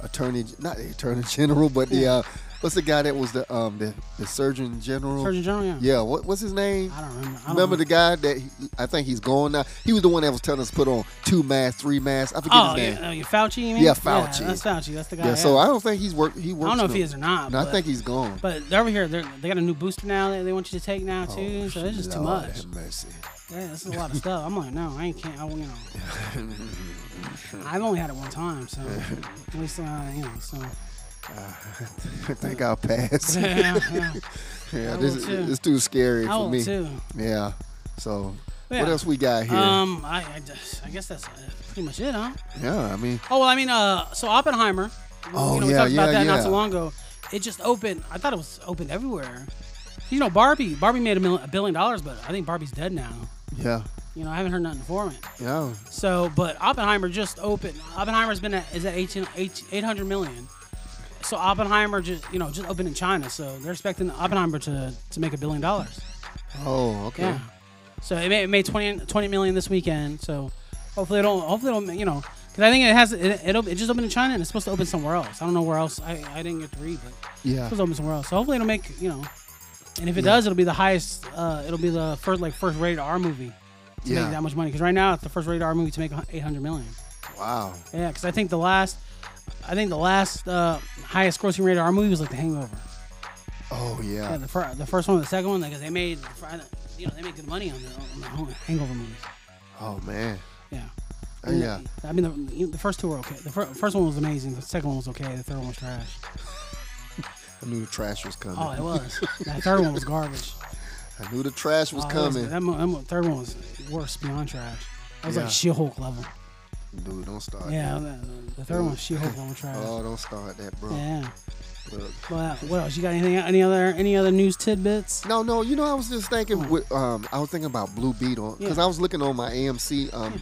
B: attorney? Not the attorney *laughs* general, but the uh, What's the guy that was the um the, the Surgeon General?
C: Surgeon General. Yeah.
B: Yeah. What, what's his name?
C: I don't remember. I don't
B: Remember the guy that he, I think he's gone now. He was the one that was telling us to put on two masks, three masks. I forget
C: Oh,
B: his name.
C: yeah, oh, you Fauci, you mean?
B: Yeah, Fauci.
C: that's Fauci. That's the guy.
B: Yeah, so I don't think he's work. He works.
C: I don't know if
B: no-
C: he is or not.
B: No,
C: but-
B: I think he's gone.
C: But they're over here. They're, they got a new booster now that they want you to take now too. so it's just too
B: Oh, Lord
C: much.
B: have
C: *laughs*
B: mercy. *laughs*
C: Yeah, this is a lot of stuff. I'm like, no, I ain't can't. I, you know,
B: *laughs*
C: I've only had it one time, so at least uh, you know. So *laughs*
B: I think I'll pass. *laughs* yeah,
C: yeah, yeah. I
B: this
C: will
B: is
C: too.
B: it's too scary
C: I
B: for
C: will
B: me.
C: too.
B: Yeah. So
C: Yeah.
B: what else we got here?
C: Um, I, I, just- I guess that's uh, pretty much it, huh?
B: yeah, I mean,
C: Oh well, I mean, uh, so Oppenheimer.
B: Oh,
C: you know, we
B: yeah,
C: talked about
B: yeah,
C: that not
B: yeah.
C: so long ago. It just opened. I thought it was opened everywhere. You know, Barbie. Barbie made a, mil- a billion dollars, but I think Barbie's dead now.
B: yeah,
C: You know, I haven't heard nothing for it.
B: yeah.
C: So, but Oppenheimer just opened. Oppenheimer's been at is at 18, 800 million. So Oppenheimer just you know just opened in China. So they're expecting Oppenheimer to to make a billion dollars.
B: Oh, okay.
C: Yeah. So it made, it made 20, 20 million this weekend. So hopefully it don't hopefully it don't you know because I think it has it it, op- it just opened in China and it's supposed to open somewhere else. I don't know where else. I, I didn't get to read, but it's
B: Yeah.
C: supposed to open somewhere else. So hopefully it'll make you know. And if it does, it'll be the highest. Uh, it'll be the first like first rated R movie to
B: Yeah.
C: make that much money. Because right now it's the first rated R movie to make 800 million.
B: Wow.
C: Yeah, because I think the last, I think the last uh, highest grossing rated R movie was like The Hangover.
B: Oh
C: Yeah,
B: yeah.
C: the, fir- the first one, the second one, because they made, the fir- you know, they made good money on the, on the Hang- Hangover movies.
B: Oh man.
C: Yeah.
B: Uh, yeah.
C: I mean, the, the first two were okay. The fir- first one was amazing. The second one was okay. The third one was trash.
B: I knew the trash was coming.
C: Oh,
B: *laughs*
C: it was. that third one was garbage.
B: I knew the trash was
C: Oh, it
B: coming.
C: that, mo- that mo- third one was worse beyond trash. That was
B: Yeah.
C: like She-Hulk level.
B: Dude, don't start.
C: Yeah, the, the third one was She-Hulk
B: *laughs*
C: level trash.
B: Oh, don't start that, bro.
C: Yeah.
B: Look.
C: Well, what else? You got anything? Any other? Any other news tidbits?
B: No, no. You know, I was just thinking. With, um, I was thinking about Blue Beetle because
C: Yeah.
B: I was looking on my AMC um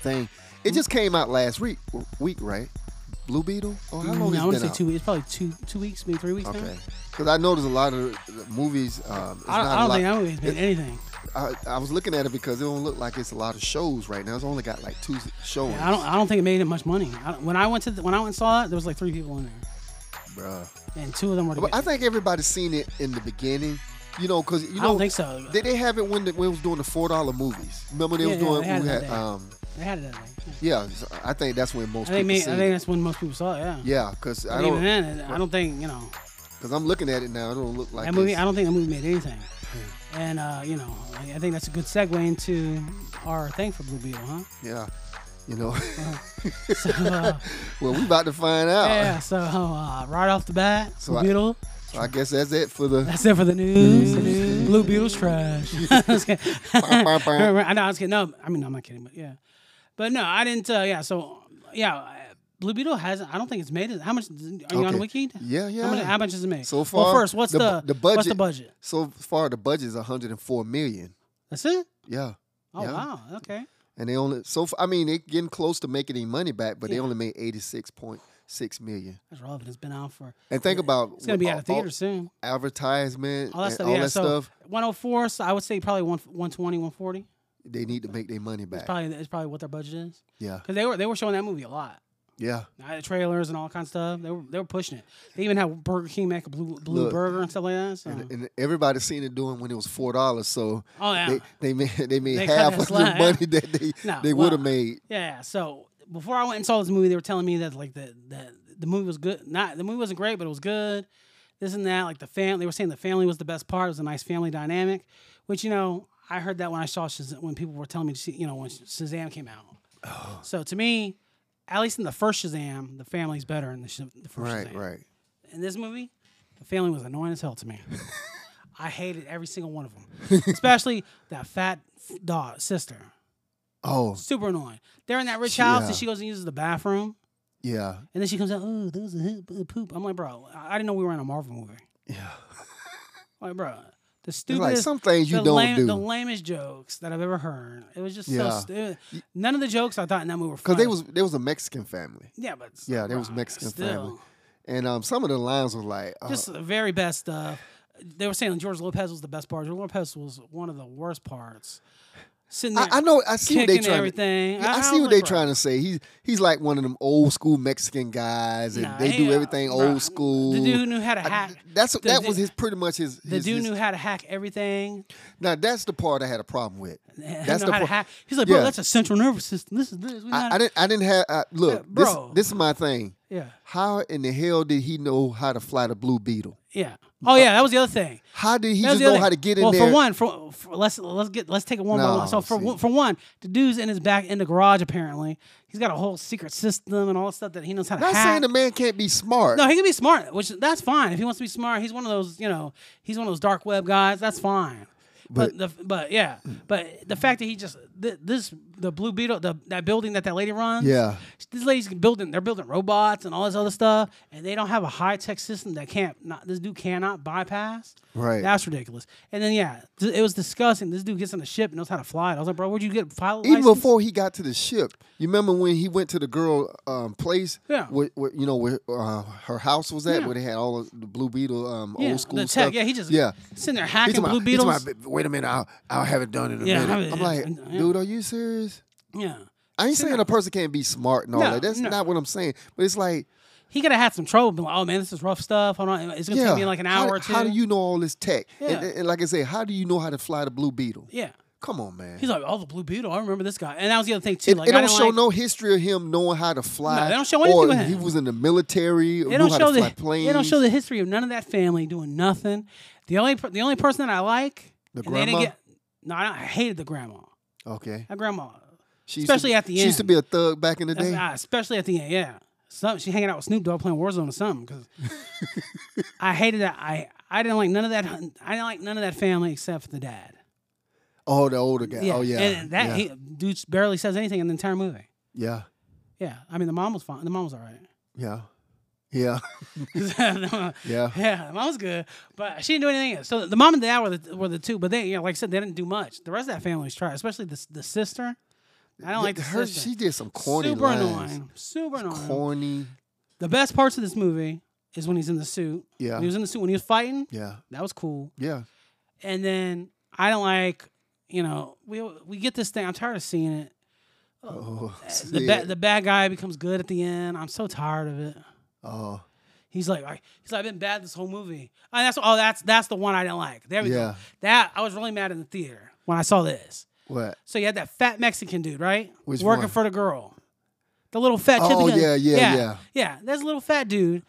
B: thing. It just came out last week. Week, right? Blue Beetle. Oh, how long
C: Mm, I
B: has
C: want
B: it been
C: to say
B: out?
C: two. It's probably two two weeks, maybe three weeks
B: Okay.
C: now.
B: Because I noticed a lot of the movies. Um, it's
C: I
B: not
C: don't, I don't
B: a lot.
C: think that movie's been anything.
B: I, I was looking at it because it don't look like it's a lot of shows right now. It's only got like two showings.
C: I don't. I don't think it made it much money. I, don't- when I went to the, when I went and saw it, there was like three people in there,
B: Bruh.
C: and two of them were.
B: But
C: together.
B: I think everybody's seen it in the beginning. You know, because you know,
C: I don't think so.
B: did they have it when, the, when it was doing the four dollar movies? Remember they
C: Yeah,
B: was
C: yeah,
B: doing
C: they had
B: we
C: it
B: had,
C: back.
B: um
C: They had it. That way. Yeah.
B: yeah. so I think that's when most
C: I
B: people
C: think, may, I
B: seen
C: think
B: it.
C: that's when most people saw it. Yeah.
B: Yeah, because I
C: But even
B: don't
C: then, it- I don't think you know
B: because I'm looking at it now. It don't look like
C: that movie.
B: it's-
C: I don't think that movie made anything. And uh, you know, I, I think that's a good segue into our thing for Blue Beetle, huh? *laughs*
B: yeah, you know. *laughs*
C: So, uh,
B: well, we about to find out.
C: yeah. So uh, right off the bat,
B: So
C: Blue
B: I-
C: Beetle.
B: So I guess that's it for
C: *laughs*
B: the.
C: That's it for the news. Blue Beetle's trash. *laughs* I was kidding.
B: *laughs* bah, bah.
C: I know, I was kidding. No, I mean, I'm not kidding, but yeah. But no, I didn't. Uh, yeah, so, yeah, uh, Blue Beetle hasn't, I don't think it's made it. How much, are you on
B: Okay.
C: Wiki?
B: Yeah, yeah.
C: How much, how much is it made?
B: So
C: Well,
B: far,
C: first, what's the,
B: the- the budget-
C: What's the budget?
B: So far, the budget is 104 million.
C: That's it?
B: Yeah.
C: Oh,
B: yeah.
C: wow. Okay.
B: And they only so far, I mean they getting close to making any money back, but
C: Yeah.
B: they only made 86.6 million.
C: That's relevant. It's been out for,
B: And think about
C: it's going to be out of
B: all- all
C: theater soon.
B: advertisement,
C: All that
B: and
C: stuff.
B: all
C: yeah,
B: that
C: so
B: stuff.
C: 104, so I would say probably one, 120, 140.
B: They need to make their money back.
C: Probably, it's probably what their budget is.
B: yeah,
C: Because they were, they were showing that movie a lot.
B: yeah.
C: Uh, trailers and all kinds of stuff. They were they were pushing it. They even had Burger King make a blue blue
B: Look,
C: burger and stuff like that. So.
B: And, and everybody seen it doing when it was four dollars. So
C: oh yeah,
B: they they made *laughs* they made
C: They cut
B: half of
C: that
B: the
C: slack, yeah.
B: money that they
C: No,
B: they
C: well,
B: would have made.
C: yeah. So before I went and saw this movie, they were telling me that like the that the movie was good. Not the movie wasn't great, but it was good. This and that. Like the family, they were saying the family was the best part. It was a nice family dynamic, which you know I heard that when I saw Shaz- when people were telling me to see, you know when Shazam came out.
B: Oh.
C: So to me, at least in the first Shazam, the family's better in the, sh- the first
B: Right,
C: Shazam.
B: right.
C: in this movie, the family was annoying as hell
B: *laughs*
C: to me. I hated every single one of them, especially that fat f- dog sister.
B: Oh
C: Super annoying. They're in that rich house,
B: Yeah.
C: and she goes and uses the bathroom,
B: yeah,
C: and then she comes out. Oh, there was a hoo- a poop. I'm like, bro, I I didn't know we were in a Marvel movie.
B: yeah.
C: Like, bro,
B: It's
C: the
B: like
C: stupidest,
B: some things you
C: the,
B: don't
C: lame,
B: do.
C: the lamest jokes that I've ever heard. It was just
B: Yeah.
C: so stupid. None of the jokes I thought in that movie were
B: Cause
C: funny.
B: they was there was a Mexican family,
C: yeah, but
B: Yeah, they was
C: bruh,
B: Mexican
C: still.
B: family. and um, some of the lines were like, uh,
C: just the very best stuff. They were saying George Lopez was the best part. George Lopez was one of the worst parts. sitting there.
B: I, I know. I see what they
C: kicking
B: trying.
C: everything.
B: To,
C: I-
B: I,
C: I
B: see
C: was
B: what they
C: like,
B: trying to say. He's he's like one of them old school Mexican guys, and
C: Nah,
B: they do
C: he, uh,
B: everything
C: bruh,
B: old school.
C: The dude knew how to
B: I-
C: hack.
B: that's
C: the
B: that
C: du-
B: was his pretty much his.
C: The
B: his-
C: dude
B: his-
C: knew how to hack everything.
B: now that's the part I had a problem with.
C: That's
B: the
C: know how to
B: part.
C: hack. He's like, bro,
B: Yeah.
C: that's a central nervous system. This is this. We know
B: I,
C: how to-"
B: I didn't. I didn't have. I, look,
C: Yeah,
B: this
C: bro.
B: this is my thing.
C: yeah,
B: How in the hell did he know how to fly the Blue Beetle?
C: yeah. Oh yeah, that was the other thing.
B: How did he
C: That
B: just
C: was the
B: know
C: other-
B: how to get in
C: well,
B: there?
C: for one, for, for let's let's get let's take it one by
B: No,
C: one. So for
B: see.
C: one, for one, the dude's in his back in the garage. Apparently, he's got a whole secret system and all that stuff that he knows how to
B: Not
C: hack.
B: saying the man can't be smart.
C: No, he can be smart, which that's fine. If he wants to be smart, he's one of those, you know, he's one of those dark web guys. That's fine. But, the but yeah, but the fact that he just th- this the blue beetle the that building that that lady runs
B: Yeah.
C: these ladies can building they're building robots and all this other stuff and they don't have a high tech system that can't not this dude cannot bypass
B: Right.
C: that's ridiculous and then yeah th- it was disgusting this dude gets on the ship and knows how to fly it I was like bro where'd you get pilot
B: Even
C: license?
B: before he got to the ship, you remember when he went to the girl um, place?
C: Yeah.
B: Where, where, you know where uh, her house was at,
C: Yeah.
B: where they had all of the Blue Beetle um,
C: yeah,
B: old school
C: the tech
B: stuff.
C: yeah he just
B: yeah.
C: sitting there
B: He's
C: hacking
B: talking
C: blue
B: about- he's talking
C: beetles
B: about, Wait a minute, I'll I'll have it done in a
C: Yeah, have
B: minute.
C: it-
B: I'm like,
C: yeah.
B: dude, are you serious?
C: yeah
B: I ain't saying a person can't be smart and all
C: No,
B: that. That's
C: no.
B: not what I'm saying. But it's like,
C: he could have had some trouble. Been like, oh man, this is rough stuff. Hold on, it's gonna
B: yeah,
C: take me like an hour
B: how,
C: or two.
B: How do you know all this tech? And,
C: Yeah.
B: and like I said, how do you know how to fly the Blue Beetle?
C: Yeah,
B: Come on, man.
C: he's like, oh, the blue beetle. I remember this guy, and that was the other thing too.
B: It,
C: like,
B: it
C: I
B: don't
C: didn't
B: show
C: like-
B: no history of him knowing how to fly.
C: No, they don't show anything
B: or
C: with
B: He
C: him.
B: was in the military. Or
C: They
B: knew
C: don't
B: how
C: show
B: to
C: the.
B: fly planes.
C: They don't show the history of none of that family doing nothing. The only per- the only person that I like.
B: The
C: and they didn't
B: grandma?
C: get- no, I, I hated the grandma.
B: Okay.
C: That grandma,
B: She used to
C: especially
B: be-
C: at the
B: She used to
C: end.
B: be a thug back in the
C: that's-
B: day.
C: ah, especially at the end. Yeah, something she hanging out with Snoop Dogg playing Warzone or something.
B: *laughs*
C: Because I hated that. I I didn't like none of that. hun- I didn't like none of that family except for the dad.
B: oh, the older guy. Oh, yeah.
C: And that
B: yeah.
C: he, dude barely says anything in the entire movie.
B: yeah.
C: Yeah, I mean the mom was fine. The mom was all
B: Yeah. Yeah.
C: right.
B: Yeah.
C: *laughs* yeah, the mom was good, but she didn't do anything. Else. So the mom and dad were the were the two, but they, you know, like I said, they didn't do much. The rest of that family was trash, especially the the sister. *laughs* I don't like the
B: her.
C: sister.
B: She did some corny
C: Super
B: lines.
C: annoying. Super annoying.
B: Corny.
C: The best parts of this movie is when he's in the suit.
B: Yeah.
C: When he was in the suit when he was fighting.
B: Yeah.
C: That was cool.
B: Yeah.
C: And then I don't like, you know, we we get this thing. I'm tired of seeing it.
B: Oh.
C: The,
B: yeah.
C: ba- the bad guy becomes good at the end. I'm so tired of it.
B: oh.
C: He's like, I- he's like, I've been bad this whole movie. Oh, that's oh, that's that's the one I didn't like. There we
B: Yeah.
C: go. That I was really mad in the theater when I saw this.
B: What?
C: So you had that fat Mexican dude, right?
B: Which
C: Working
B: one?
C: for the girl, the little fat.
B: Oh,
C: Chippendale-
B: yeah, yeah, yeah.
C: yeah, yeah. That's a little fat dude,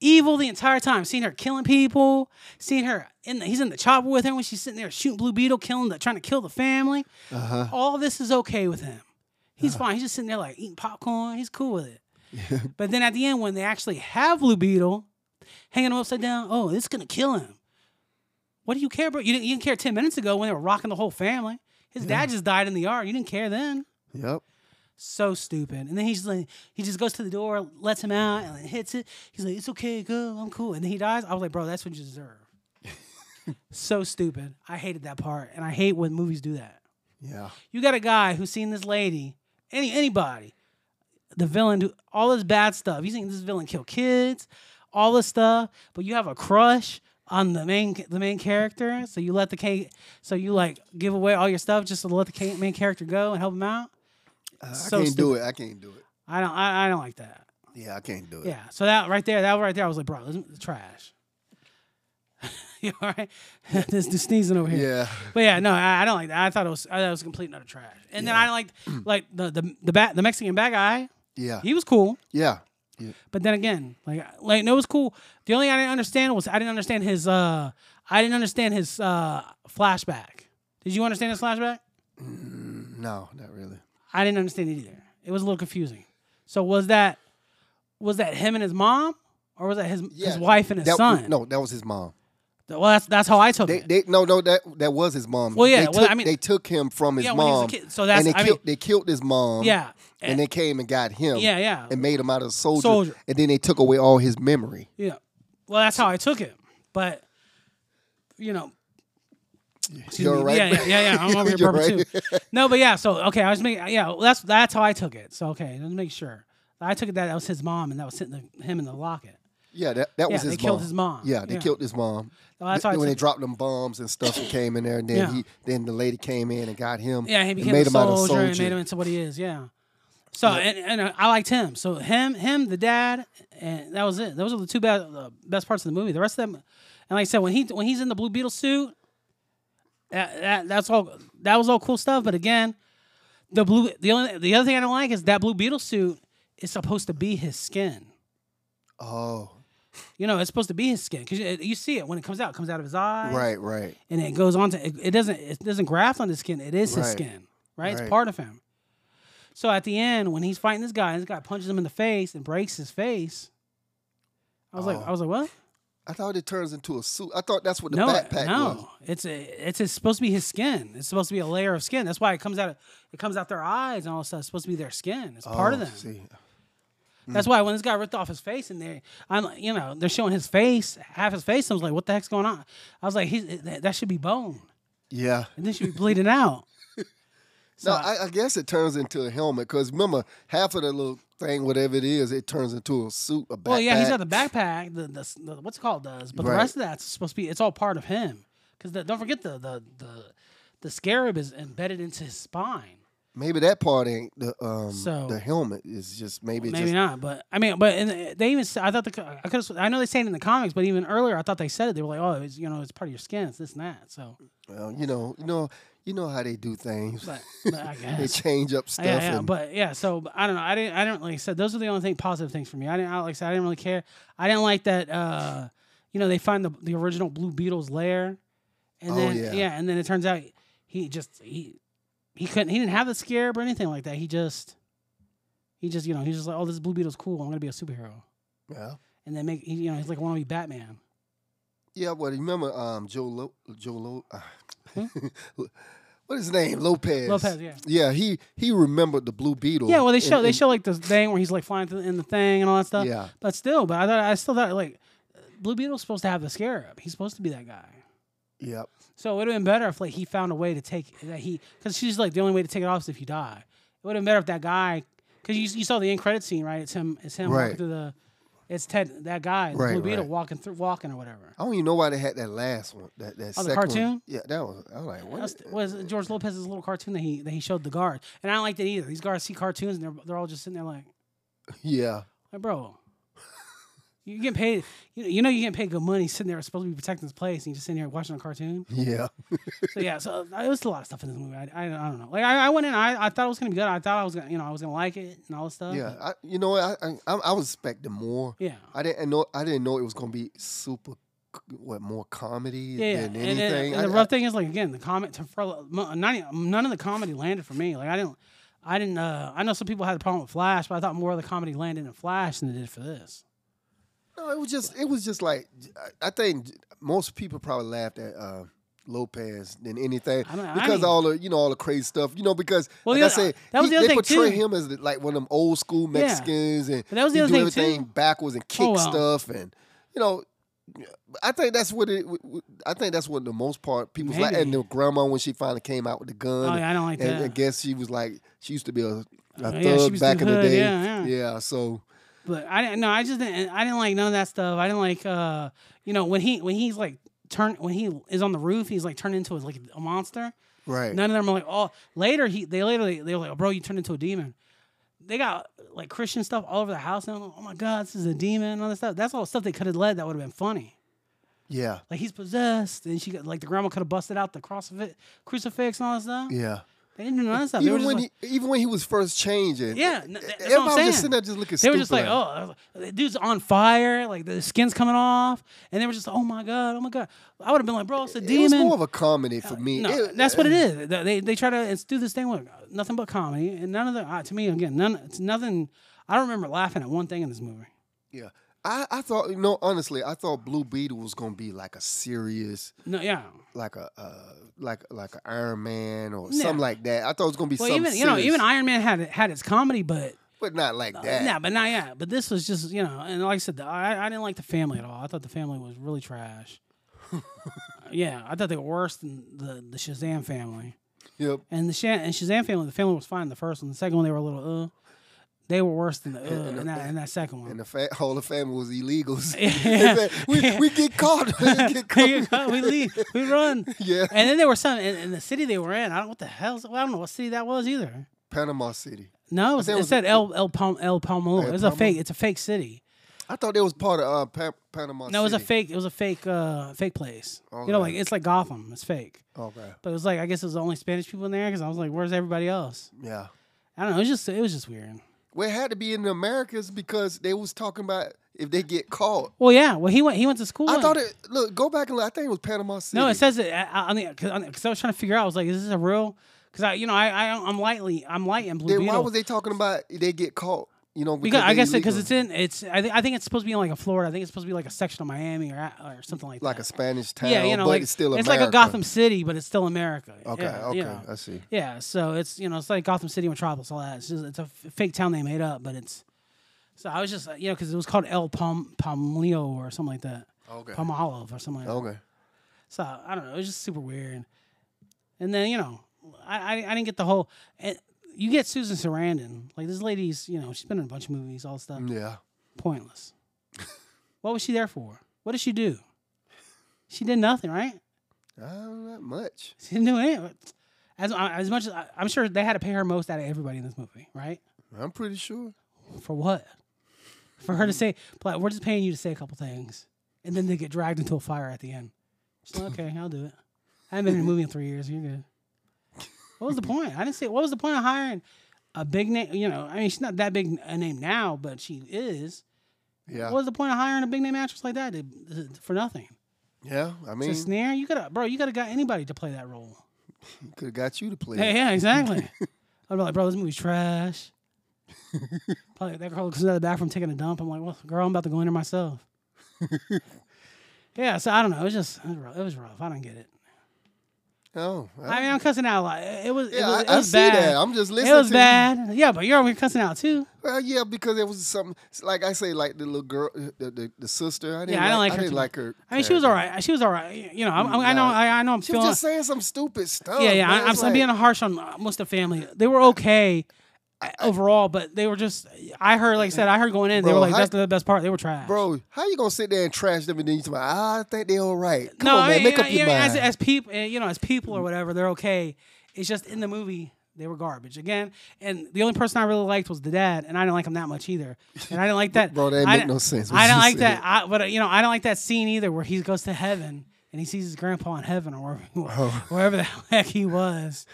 C: evil the entire time. Seeing her killing people, seeing her in the, he's in the chopper with her when she's sitting there shooting Blue Beetle, killing the trying to kill the family.
B: Uh huh.
C: All this is okay with him. He's fine. He's just sitting there like eating popcorn. He's cool with it. But then at the end, when they actually have Blue Beetle hanging him upside down, oh, it's gonna kill him. What do you care about? You didn't, you didn't care ten minutes ago when they were rocking the whole family. His dad just died in the yard. You didn't care then.
B: Yep.
C: So stupid. And then he's like, he just goes to the door, lets him out, and hits it. He's like, "It's okay, go, I'm cool." And then he dies. I was like, "Bro, that's what you deserve." so stupid. I hated that part, and I hate when movies do that.
B: Yeah.
C: You got a guy who's seen this lady, any anybody, the villain do all this bad stuff. You seen this villain kill kids, all this stuff, but you have a crush on the main the main character, so you let the ca- so you like give away all your stuff just to let the ca- main character go and help him out.
B: I
C: So
B: can't do
C: stupid.
B: it. I can't do it.
C: I don't I, I don't like that.
B: Yeah, I can't do it.
C: Yeah, so that right there, that right there, I was like, bro, this is trash. *laughs* you all right? *laughs* this dude sneezing over here.
B: Yeah.
C: But yeah, no, I, I don't like that. I thought it was I thought it was complete and utter trash. And then I liked like the the the bat the Mexican bad guy.
B: Yeah.
C: He was cool,
B: Yeah.
C: but then again, like like no, it was cool. The only thing I didn't understand was I didn't understand his uh I didn't understand his uh flashback. Did you understand his flashback?
B: No, not really.
C: I didn't understand it either. It was a little confusing. So was that was that him and his mom, or was that his
B: Yeah,
C: his wife and his
B: that,
C: son?
B: No, that was his mom.
C: Well, that's that's how I took
B: They,
C: it.
B: they no no that that was his mom.
C: Well, yeah,
B: They
C: well,
B: took,
C: I mean-
B: they took him from his
C: Yeah, when he was a
B: mom.
C: kid, so that's-
B: and they
C: I mean-
B: killed they killed his mom.
C: yeah, eh,
B: and, they came and got him.
C: yeah, yeah.
B: and made him out of a soldier,
C: Soldier.
B: And then they took away all his memory.
C: Yeah. Well, that's how I took it. But you know, excuse
B: You're
C: me.
B: right.
C: Yeah, yeah, yeah, yeah. I'm
B: *laughs*
C: over here
B: You're
C: purple
B: right.
C: too. No, but yeah. So okay, I was making. Yeah, well, that's that's how I took it. So okay, let's make sure. I took it that that was his mom, and that was hitting the, him in the locket.
B: Yeah, that, that was
C: Yeah,
B: his
C: they killed
B: mom.
C: his mom.
B: Yeah, they
C: Yeah.
B: killed his mom.
C: Well, that's
B: Th-
C: why I
B: when they
C: took-
B: dropped them bombs and stuff and came in there, and then
C: Yeah.
B: he, then the lady came in and got him.
C: Yeah, he
B: and
C: became
B: made
C: a
B: him out
C: soldier,
B: a
C: and made him into what he is. Yeah. So and, and uh, I liked him. So him, him, the dad, and that was it. Those are the two best uh, best parts of the movie. The rest of them, and like I said, when he when he's in the Blue Beetle suit, that, that that's all. That was all cool stuff. But again, the blue the only the other thing I don't like is that Blue Beetle suit is supposed to be his skin.
B: Oh,
C: You know, it's supposed to be his skin because you, you see it when it comes out. It comes out of his eyes
B: right, right.
C: and it goes on to it, it doesn't it doesn't graft on his skin. It is his
B: Right.
C: skin, right?
B: Right.
C: It's part of him. So at the end, when he's fighting this guy, and this guy punches him in the face and breaks his face. I was like,
B: Oh.
C: I was like, what?
B: I thought it turns into a suit. I thought that's what the
C: no,
B: backpack
C: no,
B: was.
C: it's a, it's, it's supposed to be his skin. It's supposed to be a layer of skin. That's why it comes out. Of, it comes out their eyes and all that stuff. It's supposed to be their skin. It's part of
B: Oh,
C: them.
B: see. Hmm.
C: That's why when this guy ripped off his face and they, I'm like, you know, they're showing his face, half his face. I was like, what the heck's going on? I was like, he's, that, that should be bone,
B: Yeah.
C: and this should be bleeding *laughs* out. So
B: no, I, I guess it turns into a helmet because remember, half of the little thing, whatever it is, it turns into a suit, a backpack.
C: Well, yeah, he's got the backpack. The, the, the what's it called does, but
B: Right.
C: the rest of that's supposed to be. It's all part of him. Because don't forget the the the the scarab is embedded into his spine.
B: Maybe that part ain't the um
C: So-
B: the helmet is just maybe,
C: Maybe
B: just
C: not, but I mean, but and they even said- I thought the co- I could I know they say it in the comics, but even earlier I thought they said it. They were like, oh, it's you know it's part of your skin, it's this and that. So,
B: well, you know you know you know how they do things.
C: but, but
B: *laughs*
C: I
B: they
C: guess.
B: change up stuff.
C: Yeah, yeah,
B: and,
C: but yeah. So but I don't know. I didn't. I didn't like I said. Those are the only thing positive things for me. I didn't. I, like I said, I didn't really care. I didn't like that. uh You know, they find the the original Blue Beetle's lair, and
B: Oh,
C: then
B: yeah.
C: yeah. and then it turns out he just he he couldn't. He didn't have the scarab or anything like that. He just he just you know he's just like, oh, this Blue Beetle's cool. I'm gonna be a superhero.
B: yeah.
C: And then make he, you know he's like, want to be Batman.
B: Yeah, well, remember um, Joe Lo- Joe Lo- *laughs* what is his name Lopez?
C: Hmm? Lopez, yeah.
B: Yeah, he he remembered the Blue Beetle.
C: Yeah, well they
B: and-
C: show they
B: and-
C: show like this thing where he's like flying through, in the thing and all that stuff.
B: Yeah.
C: But still, but I thought I still thought like Blue Beetle's supposed to have the scarab. He's supposed to be that guy.
B: Yep.
C: So it would have been better if like he found a way to take that he because she's like the only way to take it off is if you die. It would have been better if that guy because you, you saw the end credit scene right? It's him. It's him
B: Right.
C: walking through the. It's Ted that guy the
B: Right,
C: Blue Beetle
B: right.
C: walking through walking or whatever.
B: I don't even know why they had that last one. That that
C: Oh, the
B: second One.
C: cartoon?
B: Yeah, that was. I was like, what?
C: That's,
B: is-
C: was George Lopez's little cartoon that he that he showed the guards and I don't like that either. These guards see cartoons and they're they're all just sitting there like,
B: *laughs* yeah,
C: like
B: *laughs*
C: bro. You get paid, you know, you know you getting paid good money sitting there supposed to be protecting this place, and you just sitting here watching a cartoon.
B: yeah.
C: So yeah, so uh, it was a lot of stuff in this movie. I, I, I don't know. Like I, I went in, I, I thought it was gonna be good. I thought I was gonna, you know, I was gonna like it and all this stuff.
B: Yeah,
C: but-
B: I, you know, I, I I I was expecting more.
C: yeah,
B: I didn't know. I didn't know it was gonna be super. c- What more comedy
C: yeah. yeah.
B: than
C: And, and-
B: anything?
C: and
B: I-
C: the
B: I-
C: rough thing is, like again, the comment to for, e, none, none of the comedy landed for me. Like I didn't, I didn't. Uh, I know some people had a problem with Flash, but I thought more of the comedy landed in Flash than it did for this.
B: no, it was just. It was just like. I- I think most people probably laughed at uh, Lopez than anything
C: I mean, I
B: because
C: mean-
B: all the you know all the crazy stuff. You know because
C: Well,
B: like
C: the
B: I
C: other-
B: said,
C: that
B: he-
C: was the other
B: they
C: thing,
B: portray
C: too.
B: him as like one of them old school
C: Yeah.
B: Mexicans, and
C: But that was the
B: he
C: other
B: do
C: thing,
B: everything
C: too. Oh,
B: backwards and kick
C: well.
B: stuff, and you know. I think that's what it. w- w- I think that's what the most part people like. And
C: Maybe.
B: the grandma when she finally came out with the gun,
C: Oh yeah, I don't like
B: and
C: that. Oh,
B: I guess she was like she used to be a, a thug
C: yeah, she was
B: back
C: the
B: in the
C: hood,
B: day.
C: yeah, yeah.
B: so
C: But I didn't. No, I just didn't. I didn't like none of that stuff. I didn't like. uh You know, when he when he's like turn when he is on the roof, he's like turned into like a monster.
B: right.
C: None of them are like, oh, later he they later they, they were like, oh, bro, you turned into a demon. They got like Christian stuff all over the house, and I'm like, oh my god, this is a demon and all this stuff. That's all stuff they could have led that would have been funny.
B: yeah,
C: Like he's possessed, and she got like the grandma could have busted out the crucifix, crucifix and all that stuff.
B: yeah.
C: They didn't do none of that stuff. They were
B: Even
C: just
B: when
C: like-
B: he, even when he was first changing,
C: Yeah, n- th- that's what I'm
B: everybody was
C: saying.
B: just sitting there just looking.
C: They
B: stupid
C: were just like,
B: at him.
C: oh, the dude's on fire, like the skin's coming off, and they were just, oh my god, oh my god. I would have been like, bro, it's a demon. Uh,
B: It was more of a comedy for me.
C: No,
B: It-
C: that's what it is. They- They they try to it's do this thing with uh, nothing but comedy, and none of the uh, to me again none it's nothing. I don't remember laughing at one thing in this movie.
B: Yeah, I, I thought you know honestly, I thought Blue Beetle was gonna be like a serious,
C: No, yeah.
B: like a uh, like like an Iron Man or
C: Yeah.
B: something like that. I thought it was gonna be
C: Well,
B: something
C: even you know
B: serious,
C: even Iron Man had had its comedy, but
B: but not like
C: yeah,
B: that.
C: but not yeah. But this was just you know, and like I said, the, I I didn't like the family at all. I thought the family was really trash. yeah, I thought they were worse than the the Shazam family.
B: Yep.
C: And the Shan- and Shazam family, the family was fine in the first one. The second one, they were a little uh. They were worse than the uh, in, that, in that second one.
B: And the fa- whole of family was
C: *laughs*
B: illegals. *laughs* They said, we, we get caught. *laughs* we get
C: we
B: caught.
C: run- we leave,
B: *laughs*
C: we run.
B: Yeah.
C: And then there were some in, in the city they were in. I don't know what the hell. I don't know what city that was either.
B: Panama City.
C: No, it, was,
B: think it
C: it
B: was-
C: said El El Palm El Palmo.
B: El
C: It was a
B: Palmo?
C: fake. It's a fake city.
B: I thought it was part of uh, pa- Panama
C: No, it was a
B: City. Oh,
C: fake. It was a fake. Uh, fake place. You know,
B: Okay.
C: like it's like Gotham. It's fake.
B: Okay.
C: But it was like I guess it was the only Spanish people in there because I was like, where's everybody else?
B: Yeah.
C: I don't know. It was just it was just weird.
B: Well, it had to be in the Americas because they was talking about if they get caught.
C: Well, yeah. Well, he went. He went to school.
B: I
C: in-
B: thought it. Look, go back and look. I think it was Panama City.
C: No, it says it. I, I- on the because I was trying to figure out. I was like, is this a real? Because I, you know, I, I I'm lightly, I'm light in Blue
B: Then
C: Beetle.
B: why was they talking about they get caught? You know,
C: because I
B: they
C: guess because
B: illegal?
C: it's in it's I, thi- I think it's supposed to be in like a Florida. I think it's supposed to be like a section of Miami or a- or something like,
B: like a
C: that.
B: Spanish town.
C: yeah, you know,
B: but
C: like
B: it's still
C: it's
B: America.
C: like a Gotham City, but it's still America.
B: Okay,
C: yeah,
B: okay,
C: you know.
B: I see.
C: Yeah, so it's you know it's like Gotham City Metropolis, all that. It's just it's a f- fake town they made up, but it's so I was just uh, you know because it was called El Palm Palmlio or something like that,
B: Okay.
C: Palmolive or something like that.
B: Okay.
C: So I don't know. It was just super weird. And then you know, I I, I didn't get the whole. And you get Susan Sarandon. Like this lady's, you know, she's been in a bunch of movies, all this stuff.
B: Yeah.
C: Pointless. *laughs* what was she there for? What did she do? She did nothing, right? *laughs*
B: Uh, not much.
C: She didn't do anything. As uh, as much as I, I'm sure they had to pay her most out of everybody in this movie, right?
B: I'm pretty sure.
C: For what? For her to say, "But we're just paying you to say a couple things," and then they get dragged into a fire at the end. She's like, "Okay, I'll do it. I haven't been in a movie in three years. You're good." What was the point? I didn't say. What was the point of hiring a big name? You know, I mean, she's not that big a name now, but she is.
B: Yeah.
C: What was the point of hiring a big name actress like that to- for nothing?
B: yeah. I mean,
C: It's a snare. You gotta, bro. You gotta got anybody to play that role.
B: could have got you to play.
C: Yeah,
B: it. *laughs*
C: yeah, exactly. I'd be like, bro, this movie's trash. Probably that girl comes out of the bathroom taking a dump. I'm like, well, girl, I'm about to go in
B: *laughs*
C: there myself. yeah, so I don't know. It was just it was rough. It was rough. I don't get it.
B: Oh. I,
C: I mean, I'm cussing out a lot. It was it
B: yeah,
C: was,
B: I,
C: it
B: I
C: was
B: see
C: bad.
B: that. I'm just listening.
C: it was
B: to you.
C: bad. Yeah, but you're over here cussing out too.
B: Well, yeah, because there was something it's like I say, like the little girl, uh, the, the, the sister. I didn't
C: Yeah, I don't
B: like,
C: like her
B: didn't
C: too
B: like her.
C: I mean, she was all right. She was all right. You know, I'm, I'm- I know.
B: Nah.
C: I, I know. I'm
B: She was
C: feeling.
B: just saying some stupid stuff.
C: yeah, yeah.
B: man.
C: I, I'm,
B: It's
C: I'm
B: like-
C: being harsh on uh, most of the family. They were okay uh, overall, but they were just. I heard, like I said, I heard going in, they
B: Bro,
C: were like,
B: how-
C: "That's the best part." They were trash,
B: Bro, how you gonna sit there and trash them and then you talk about, "Ah, I think they all right. Come
C: no,
B: on,
C: I
B: man,
C: mean,
B: make
C: I
B: up your
C: mean,
B: mind.
C: As, as people, you know, as people or whatever, they're okay. It's just in the movie they were garbage again. And the only person I really liked was the dad, and I didn't like him that much either. And I didn't like that.
B: *laughs* Bro, that ain't
C: I
B: make
C: di-
B: no sense what
C: I didn't
B: you
C: like
B: said.
C: that. I, but uh, you know, I don't like that scene either, where he goes to heaven and he sees his grandpa in heaven or wherever,
B: Oh.
C: *laughs* wherever the heck he was.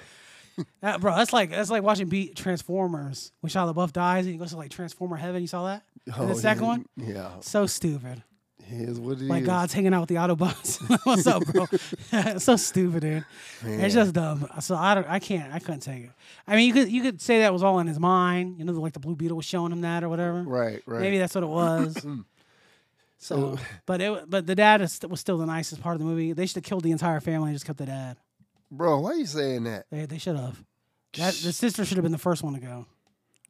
C: That, bro, that's like that's like watching beat Transformers when Shia LaBeouf dies and he goes to like Transformer heaven. You saw that? In the
B: Oh,
C: second
B: yeah,
C: one,
B: Yeah,
C: so stupid.
B: here's what it is.
C: Like God's hanging out with the Autobots. *laughs* What's up, bro? *laughs* It's so stupid, dude. It's just dumb. So I don't, I can't, I couldn't take it. I mean, you could, you could say that was all in his mind. You know, like the Blue Beetle was showing him that or whatever.
B: Right, right.
C: Maybe that's what it
B: *clears throat*
C: was.
B: so,
C: so, but it, but the dad is, was still the nicest part of the movie. They should have killed the entire family and just kept the dad.
B: bro, why you saying that?
C: They, they should have. That the sister should have been the first one to go.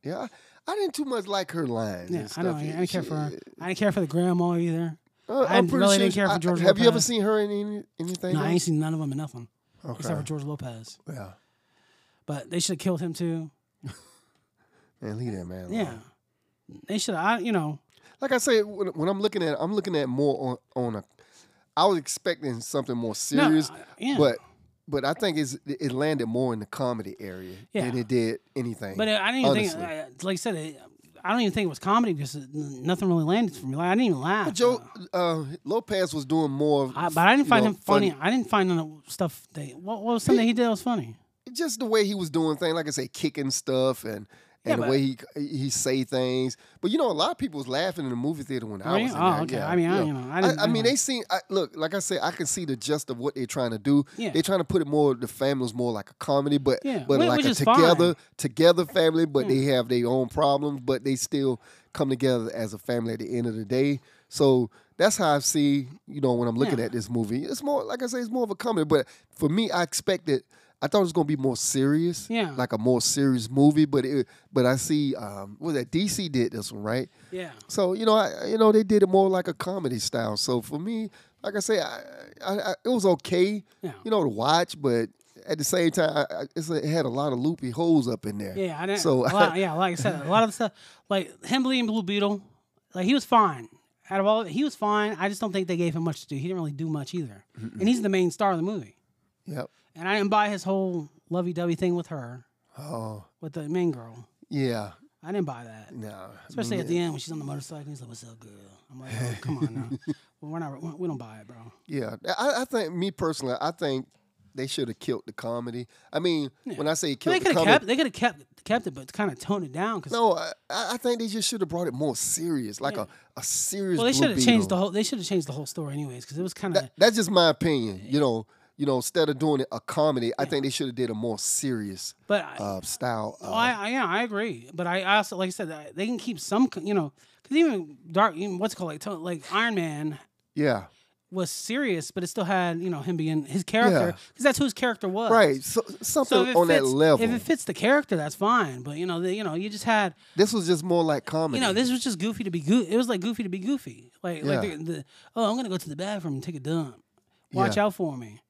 B: Yeah, I, I didn't too much like her lines.
C: Yeah,
B: and
C: I know.
B: stuff.
C: I, didn't care for her.
B: She-
C: I didn't care for the grandma either.
B: Uh,
C: I
B: I'm pretty
C: really
B: sure
C: didn't care for
B: I-
C: George
B: Have you ever
C: Lopez.
B: seen her in any, anything?
C: No, I ain't
B: else?
C: seen none of them in nothing except
B: Okay.
C: for George Lopez.
B: Yeah,
C: But they should have killed him too.
B: man, leave that man. alone.
C: Yeah. They should I you know,
B: like I said, when, when I'm looking at, it, I'm looking at more on on a. I was expecting something more
C: no,
B: serious,
C: uh, yeah.
B: but but I think it's it landed more in the comedy area than
C: Yeah.
B: it did anything.
C: but uh, I didn't even
B: honestly.
C: think I, like I said it, I don't even think it was comedy because it- nothing really landed for me. Like I didn't even laugh.
B: Joe uh, Lopez was doing more, of,
C: I, but I didn't
B: you
C: find
B: know,
C: him funny. I didn't find none of stuff they what, what was something he, he did that was funny.
B: Just the way he was doing things, like I say, kicking stuff and.
C: Yeah,
B: And the
C: but-
B: way he he say things, but you know, a lot of people was laughing in the movie theater when I
C: Were you?
B: was. In
C: Oh,
B: there.
C: okay.
B: Yeah,
C: I mean, I-
B: yeah.
C: you know, I
B: I,
C: didn't-
B: I
C: I
B: mean,
C: know.
B: they seen. I, look, like I said, I can see the gist of what they're trying to do.
C: Yeah.
B: They're trying to put it more. The family's more like a comedy, but
C: Yeah,
B: but
C: whi-
B: like
C: which
B: a
C: is fine.
B: together together family. But
C: Hmm.
B: they have their own problems, but they still come together as a family at the end of the day. So that's how I see. You know, when I'm looking
C: Yeah.
B: at this movie, it's more like I say, it's more of a comedy. But for me, I expected. I thought it was gonna be more serious,
C: Yeah.
B: like a more serious movie. But it, but I see, um, what was that DC did this one, right?
C: Yeah.
B: So you know, I, you know, they did it more like a comedy style. So for me, like I say, I, I, I it was okay,
C: Yeah.
B: you know, to watch, but at the same time, I, I, it's, it had a lot of loopy holes up in there.
C: Yeah, I didn't.
B: So *laughs*
C: a lot, yeah, like I said, a lot of the stuff, like him bleeding Blue Beetle, like he was fine. Out of all, he was fine. I just don't think they gave him much to do. He didn't really do much either, and he's the main star of the movie.
B: Yep.
C: And I didn't buy his whole lovey-dovey thing with her,
B: Oh,
C: with the main girl.
B: yeah.
C: I didn't buy that,
B: No.
C: especially at the end when she's on the motorcycle. and He's like, "What's up, girl?" I'm like, oh, "Come
B: *laughs*
C: on now, well, we're not, we don't buy it, bro."
B: Yeah, I, I think me personally, I think they should have killed the comedy. I mean, when I say
C: They
B: killed
C: could
B: the
C: have
B: comedy,
C: kept, they could have kept, kept it, but kind of toned it down because
B: no, I, I I think they just should have brought it more serious, like a, a serious.
C: well, they
B: should have
C: changed the whole, they should have changed the whole story anyways because it was kind of
B: That's just my opinion, you know. You know, instead of doing a comedy, I think they should have did a more serious
C: But I-
B: uh, style.
C: Oh, I, I yeah, I agree. But I I also, like I said, I- they can keep some, co- you know, because even dark, even what's it called like to- like Iron Man
B: yeah,
C: was serious, but it still had you know him being his character because that's who his character was.
B: right. So
C: So
B: something
C: if it
B: on
C: fits,
B: that level.
C: if it fits the character, that's fine. But you know, the, you know, you just had
B: this was just more like comedy.
C: you know, this was just goofy to be goofy. It was like goofy to be goofy. Like like
B: Yeah.
C: the, the oh, I'm gonna go to the bathroom and take a dump. Watch
B: Yeah.
C: out for me.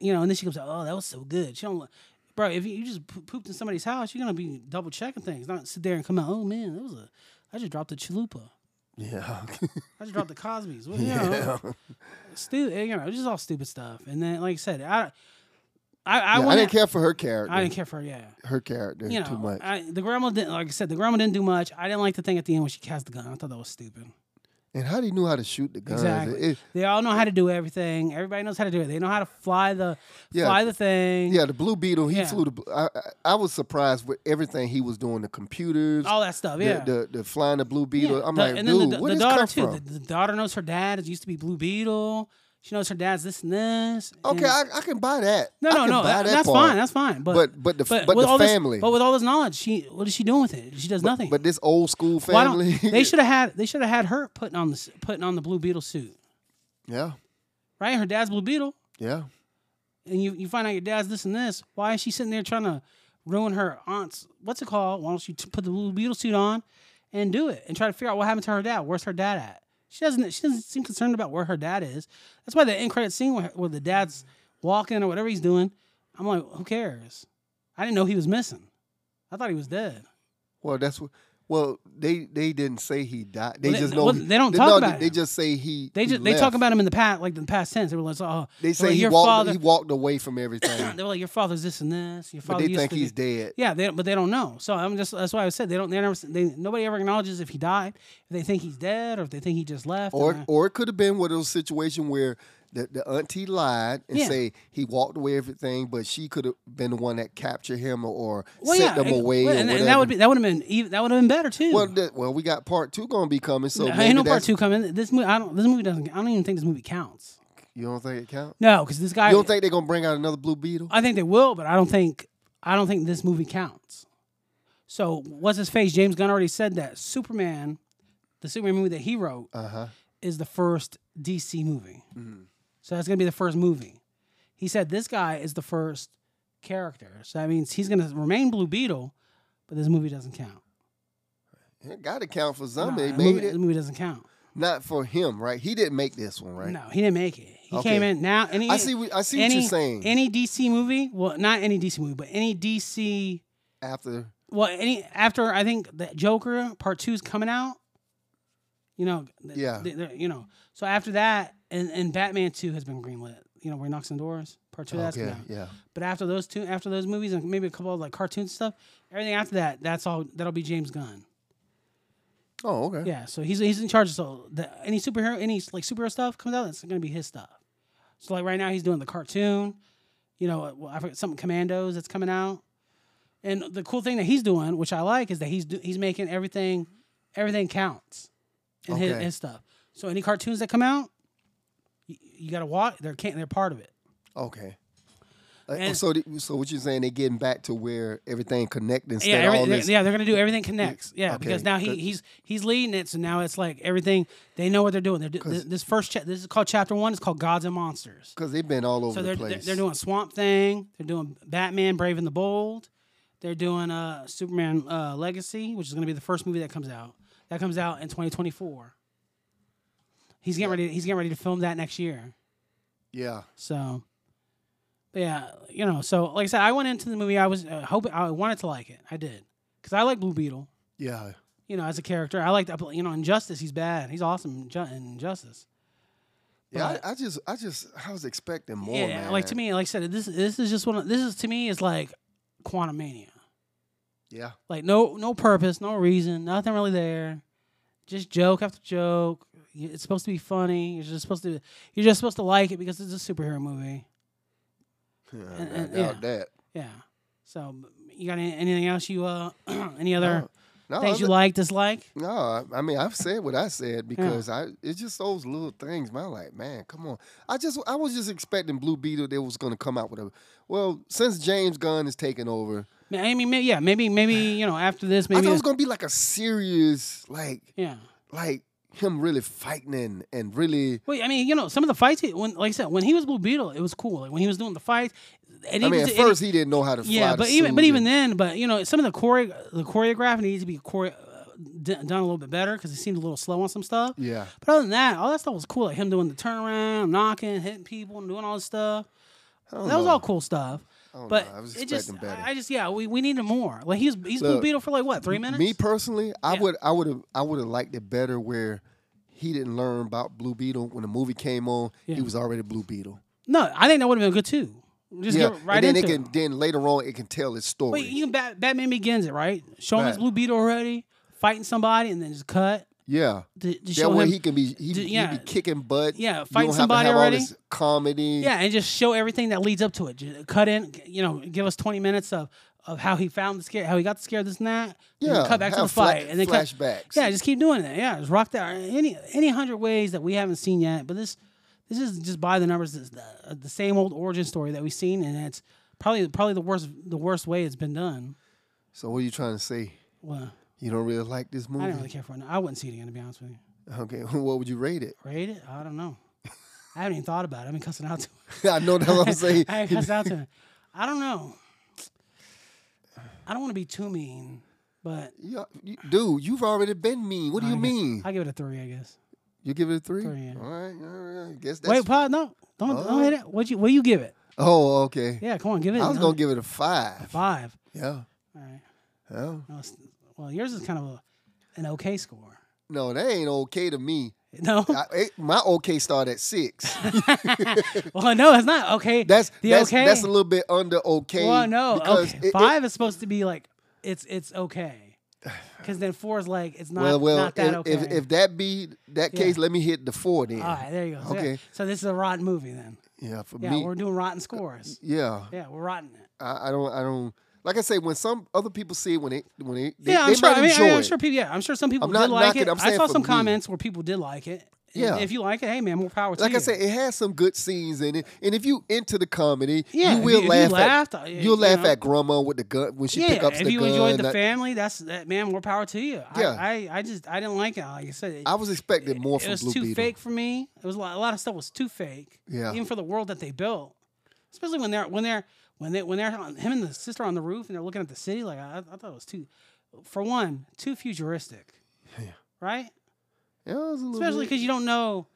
C: You know, and then she comes out. Oh, that was so good. She don't. li- Bro, if you, you just po- pooped in somebody's house, you're gonna be double checking things. Not sit there and come out. Oh man, that was a. I just dropped a chalupa.
B: yeah, *laughs*
C: I just dropped the Cosby's. Well, you *laughs* know, stupid. You know, it's just all stupid stuff. And then, like I said, I, I, I,
B: Yeah, I
C: wouldn't-
B: didn't care for her character.
C: I didn't care for her. Yeah
B: her character
C: you know,
B: too much.
C: I, the grandma didn't like I said. The grandma didn't do much. I didn't like the thing at the end when she cast the gun. I thought that was stupid.
B: and how they knew how to shoot the guns?
C: Exactly.
B: It-
C: they all know how to do everything. Everybody knows how to do it. They know how to fly the
B: Yeah.
C: fly the thing.
B: Yeah, the Blue Beetle. He
C: Yeah.
B: flew the. bl- I, I- I was surprised with everything he was doing. The computers,
C: all that stuff.
B: the,
C: Yeah.
B: the, the flying the Blue
C: Yeah.
B: Beetle. I'm
C: The-
B: like,
C: and
B: dude,
C: then the,
B: where
C: the
B: this
C: daughter
B: come
C: too.
B: from?
C: The, the daughter knows her dad. It used to be Blue Beetle. She knows her dad's this and this.
B: okay,
C: and-
B: I, I can buy that.
C: no,
B: I
C: no,
B: can
C: no.
B: buy
C: that-
B: that
C: that's
B: part.
C: fine. That's fine. But
B: But- but the f- but
C: with
B: the
C: all this-
B: family.
C: but with all this knowledge, she what is she doing with it? She does nothing.
B: But this old school
C: Why don't-
B: family.
C: they should have had they should have had her putting on the s- putting on the Blue Beetle suit,
B: *laughs* yeah,
C: right? Her dad's Blue Beetle.
B: yeah.
C: and you, you find out your dad's this and this, why is she sitting there trying to ruin her aunt's what's it called? Why don't she t- put the blue beetle suit on and do it and try to figure out what happened to her dad? Where's her dad at? She doesn't. She doesn't seem concerned about where her dad is. That's why the end credit scene where, where the dad's walking or whatever he's doing, I'm like, who cares? I didn't know he was missing. I thought he was dead.
B: Well, that's what. Well, they they didn't say he died. They
C: Well, they-
B: just know
C: well,
B: he-
C: they don't
B: no,
C: talk
B: they-
C: about
B: They
C: him.
B: just say he.
C: They
B: he
C: just they talk
B: left.
C: about him in the past, like in the past tense. They were like, oh,
B: They say
C: like,
B: he
C: your
B: walked.
C: father.
B: He walked away from everything,
C: they were like, *coughs* your father's this and this. Your
B: but
C: father
B: they
C: used
B: think
C: to be-
B: he's dead.
C: Yeah, they, but they don't know. So I'm just that's why I said they don't. They never. They, nobody ever acknowledges if he died, if they think he's dead, or if they think he just left.
B: Or
C: and I-
B: or it could have been one of those situation where the, the auntie lied and
C: Yeah.
B: say he walked away everything, but she could have been the one that captured him or, or
C: well,
B: sent
C: yeah,
B: them
C: and-
B: away.
C: well,
B: or
C: and, and
B: whatever.
C: that would be that would have been even that would have been better too.
B: well, th- well, we got part two gonna be coming, so
C: I
B: maybe
C: ain't no part
B: that's-
C: two coming. This movie, I don't. This movie doesn't. I don't even think this movie counts.
B: You don't think it counts?
C: No, because this guy.
B: You don't think they're gonna bring out another Blue Beetle?
C: I think they will, but I don't think I don't think this movie counts. So what's his face? James Gunn already said that Superman, the Superman movie that he wrote,
B: Uh huh.
C: is the first DC movie.
B: Mm-hmm.
C: So that's gonna be the first movie. He said this guy is the first character. So that means he's gonna remain Blue Beetle, but this movie doesn't count.
B: It got to count for
C: No,
B: somebody.
C: the,
B: Oh, made
C: movie,
B: it
C: the movie doesn't count.
B: not for him, right? He didn't make this one, right?
C: No, he didn't make it. He
B: Okay.
C: came in now. Any,
B: I see. what- I see
C: any,
B: what you're saying.
C: Any DC movie? Well, not any DC movie, but any DC.
B: After
C: Well, any after I think the Joker Part Two is coming out. You know. th-
B: Yeah.
C: th- th- you know. So after that, and, and Batman Two has been greenlit. You know, where he knocks on doors. Part Two. That's
B: okay,
C: coming out.
B: Oh, yeah.
C: But after those two, after those movies, and maybe a couple of like cartoons and stuff, everything after that, that's all. That'll be James Gunn.
B: Oh, okay.
C: Yeah, so he's he's in charge. So the, any superhero, any like superhero stuff comes out, that's gonna be his stuff. So like right now, he's doing the cartoon. You know, uh, well, I forget something Commandos that's coming out. And the cool thing that he's doing, which I like, is that he's do, he's making everything everything counts in his,
B: Okay.
C: his stuff. So any cartoons that come out, you, you gotta watch. They're can't they're part of it.
B: Okay. Uh,
C: And-
B: so, the, so what you're saying? They're getting back to where everything connected instead
C: yeah,
B: of
C: every-
B: all
C: they're-
B: this.
C: yeah, they're gonna do everything connects. Yeah,
B: okay,
C: because now he,
B: good.
C: he's he's leading it, so now it's like everything they know what they're doing. They're do, this, this first cha- this is called chapter one. It's called Gods and Monsters.
B: Because they've been all over
C: So
B: the
C: they're, they're
B: place.
C: they're doing Swamp Thing. They're doing Batman: Brave and the Bold. They're doing uh, Superman uh, Legacy, which is gonna be the first movie that comes out. That comes out in 2024. He's getting ready. He's getting ready to film that next year.
B: yeah.
C: So, but yeah, you know. So like I said, I went into the movie. I was uh, hoping I wanted to like it. I did because I like Blue Beetle.
B: Yeah.
C: You know, as a character, I liked you know Injustice. He's bad. He's awesome in Ju- in Injustice.
B: Yeah,
C: But-
B: I, I just, I just, I was expecting more,
C: yeah,
B: man.
C: like to me, like I said, this this is just one. Of, this is to me is like Quantum Mania.
B: Yeah,
C: Like no no purpose, no reason, nothing really there. Just joke after joke. Y- It's supposed to be funny. You're just supposed to you're just supposed to like it because it's a superhero movie.
B: I
C: and-
B: doubt
C: uh, yeah.
B: that.
C: Yeah. So b- you got any, anything else you uh *clears throat* any other
B: No,
C: things you
B: other-
C: like dislike?
B: No, I- I mean I've said what I said because I it's just those little things, man. Like, man, come on. I just I was just expecting Blue Beetle they was gonna come out with a well, since James Gunn is taking over,
C: Ma- I mean, may- yeah, maybe
B: *sighs*
C: maybe you know after this
B: I
C: maybe
B: thought it was gonna be like a serious, like
C: yeah.
B: like him really fighting and, and really
C: Well, I mean, you know, some of the fights he, when like I said when he was Blue Beetle, it was cool. Like when he was doing the fights. And
B: I
C: he
B: mean
C: was-
B: at
C: and he-
B: first he didn't know how to fly.
C: Yeah,
B: the
C: but even but
B: suit and-
C: even then, but you know, some of the chore the choreography needs to be chore- uh, d- done a little bit better because it seemed a little slow on some stuff.
B: Yeah.
C: But other than that, all that stuff was cool. Like him doing the turnaround, knocking, hitting people, and doing all this stuff.
B: I
C: That
B: don't
C: was
B: know.
C: all cool stuff.
B: I don't
C: But
B: know. I was
C: it
B: expecting
C: just,
B: better.
C: I I just, yeah, we, we needed more. Like he's he's Blue
B: Look,
C: Beetle for like what three minutes?
B: Me personally, I
C: Yeah.
B: would I would have I would have liked it better where he didn't learn about Blue Beetle when the movie came on.
C: Yeah.
B: He was already Blue Beetle.
C: no, I think that would have been good too. Just
B: yeah,
C: get right
B: and then
C: into
B: it
C: it.
B: can then later on it can tell its story.
C: Wait, you can Bat, Batman Begins it right? Show him his
B: Right.
C: Blue Beetle already fighting somebody, and then just cut.
B: yeah,
C: To, to
B: that
C: show
B: way
C: him,
B: he can be he,
C: d-
B: he
C: yeah.
B: be kicking butt.
C: Yeah,
B: You
C: fight
B: don't have to
C: somebody
B: have all
C: already.
B: this comedy.
C: Yeah, and just show everything that leads up to it. Ju- cut in, g- you know, give us twenty minutes of, of how he found the scare, how he got the scare, this and that. and then
B: Yeah,
C: cut back to
B: have
C: the fight,
B: fla-
C: and then Cut,
B: flashbacks.
C: yeah, just keep doing that. Yeah, just rock that. Any any hundred ways that we haven't seen yet, but this this is just by the numbers. It's the, uh, the same old origin story that we've seen, and it's probably probably the worst the worst way it's been done.
B: So what are you trying to say?
C: Well,
B: You don't really like this
C: I
B: movie?
C: didn't really care for it. I wouldn't see it again, to be honest with you.
B: Okay, *laughs* what would you rate it?
C: Rate it? I don't know. I haven't even thought about it. I've been cussing out
B: *laughs*
C: to.
B: I know that's what I'm saying.
C: *laughs* I
B: *laughs*
C: cussed out to him. I don't know. I don't want to be too mean, but
B: Yeah, you, dude, you've already been mean. What do you
C: I guess-
B: mean?
C: I give it a three, I guess.
B: You give it a three?
C: Three, yeah.
B: All right, all right. I guess that's
C: Wait, Pod, no, don't don't hit it. What you what you give it?
B: Oh, okay.
C: Yeah, come on, give it.
B: I was
C: no,
B: gonna give it a five.
C: five.
B: Yeah.
C: All right.
B: yeah.
C: No, it's- well, yours is kind of a, an okay score. *laughs*
B: No, that ain't okay to me.
C: No,
B: I, it, my okay started at six.
C: well, no, it's not okay.
B: That's
C: the
B: that's,
C: okay.
B: that's a little bit under okay.
C: well, no,
B: because
C: okay.
B: it- it-
C: five is supposed to be like it's
B: *sighs*
C: it's okay, because then four is like it's not
B: well, well,
C: not that
B: if,
C: okay.
B: if if that be that
C: Yeah.
B: case, let me hit the four then.
C: All right, there you go. So, yeah.
B: Okay.
C: So this is a rotten movie then.
B: Yeah, for
C: Yeah,
B: me. Uh,
C: we're doing rotten scores.
B: Yeah,
C: Yeah, we're rotten. it.
B: I, I don't, I don't. Like I say, when some other people see it, when they, when they, they,
C: Yeah,
B: they
C: I'm sure.
B: might
C: I mean, I
B: enjoy
C: mean, I'm
B: it.
C: sure people. Yeah, I'm sure some people
B: I'm
C: did
B: not
C: like
B: knocking-
C: it.
B: I'm
C: I
B: saying
C: saw
B: for
C: some
B: me.
C: comments where people did like it. And
B: Yeah.
C: If you like it, hey man, more power to
B: Like
C: you.
B: I said, it has some good scenes in it, and if you into the comedy,
C: Yeah,
B: you
C: if
B: will
C: you- if you
B: laugh.
C: laughed, uh,
B: at, you'll
C: you
B: laugh
C: know.
B: at grandma with the gun when she
C: yeah.
B: pick up the
C: if you
B: gun.
C: enjoyed the
B: I-
C: family, that's that man, more power to you.
B: Yeah.
C: I, I, I just I didn't like it. Like I said, it,
B: I was expecting more
C: it
B: from
C: was
B: Blue
C: too
B: Beetle.
C: fake for me. It was a lot, a lot of stuff was too fake.
B: Yeah.
C: Even for the world that they built, especially when they're when they're when they when they're on, him and the sister on the roof and they're looking at the city. Like I, I thought it was too, for one, too futuristic. Right.
B: Yeah, it was a little
C: Especially
B: bit-
C: because you don't know.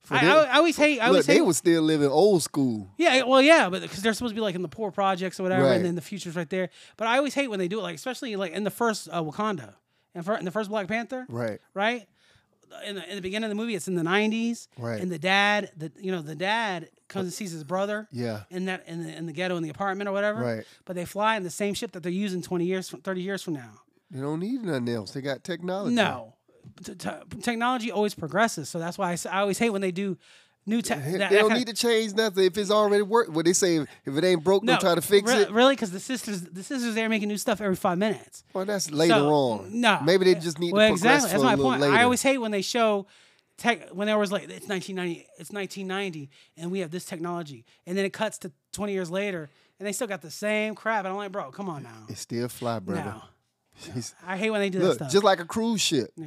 B: for
C: I,
B: them.
C: I, I always hate. I
B: Look,
C: always
B: they
C: hate.
B: were still living old school.
C: Yeah, well, yeah, but because they're supposed to be like in the poor projects or whatever,
B: Right.
C: and then the future's right there. But I always hate when they do it, like especially like in the first uh, Wakanda and for, in the first Black Panther,
B: Right.
C: right? In the, in the beginning of the movie, it's in the '90s,
B: Right.
C: And the dad, the you know, the dad comes and sees his brother,
B: Yeah.
C: in that in the in the ghetto in the apartment or whatever,
B: Right.
C: But they fly in the same ship that they're using 20 years from 30 years from now.
B: They don't need nothing else. They got technology.
C: No, T- t- technology always progresses, so that's why I, s- I always hate when they do new tech.
B: They don't need to change nothing if it's already worked. What they say, if it ain't broke, don't try to fix
C: re-
B: it.
C: Really, because the sisters, the sisters, there making new stuff every five minutes.
B: Well, that's later
C: So,
B: on.
C: No,
B: Maybe they just need
C: well,
B: to progress
C: exactly.
B: for
C: That's
B: a
C: my
B: little
C: point.
B: later.
C: I always hate when they show tech when there was like it's 1990, it's 1990, and we have this technology, and then it cuts to 20 years later, and they still got the same crap. And I'm like, bro, come on now.
B: It's still fly, brother.
C: No,
B: Jeez.
C: I hate when they do
B: Look,
C: that stuff.
B: just like a cruise ship.
C: yeah.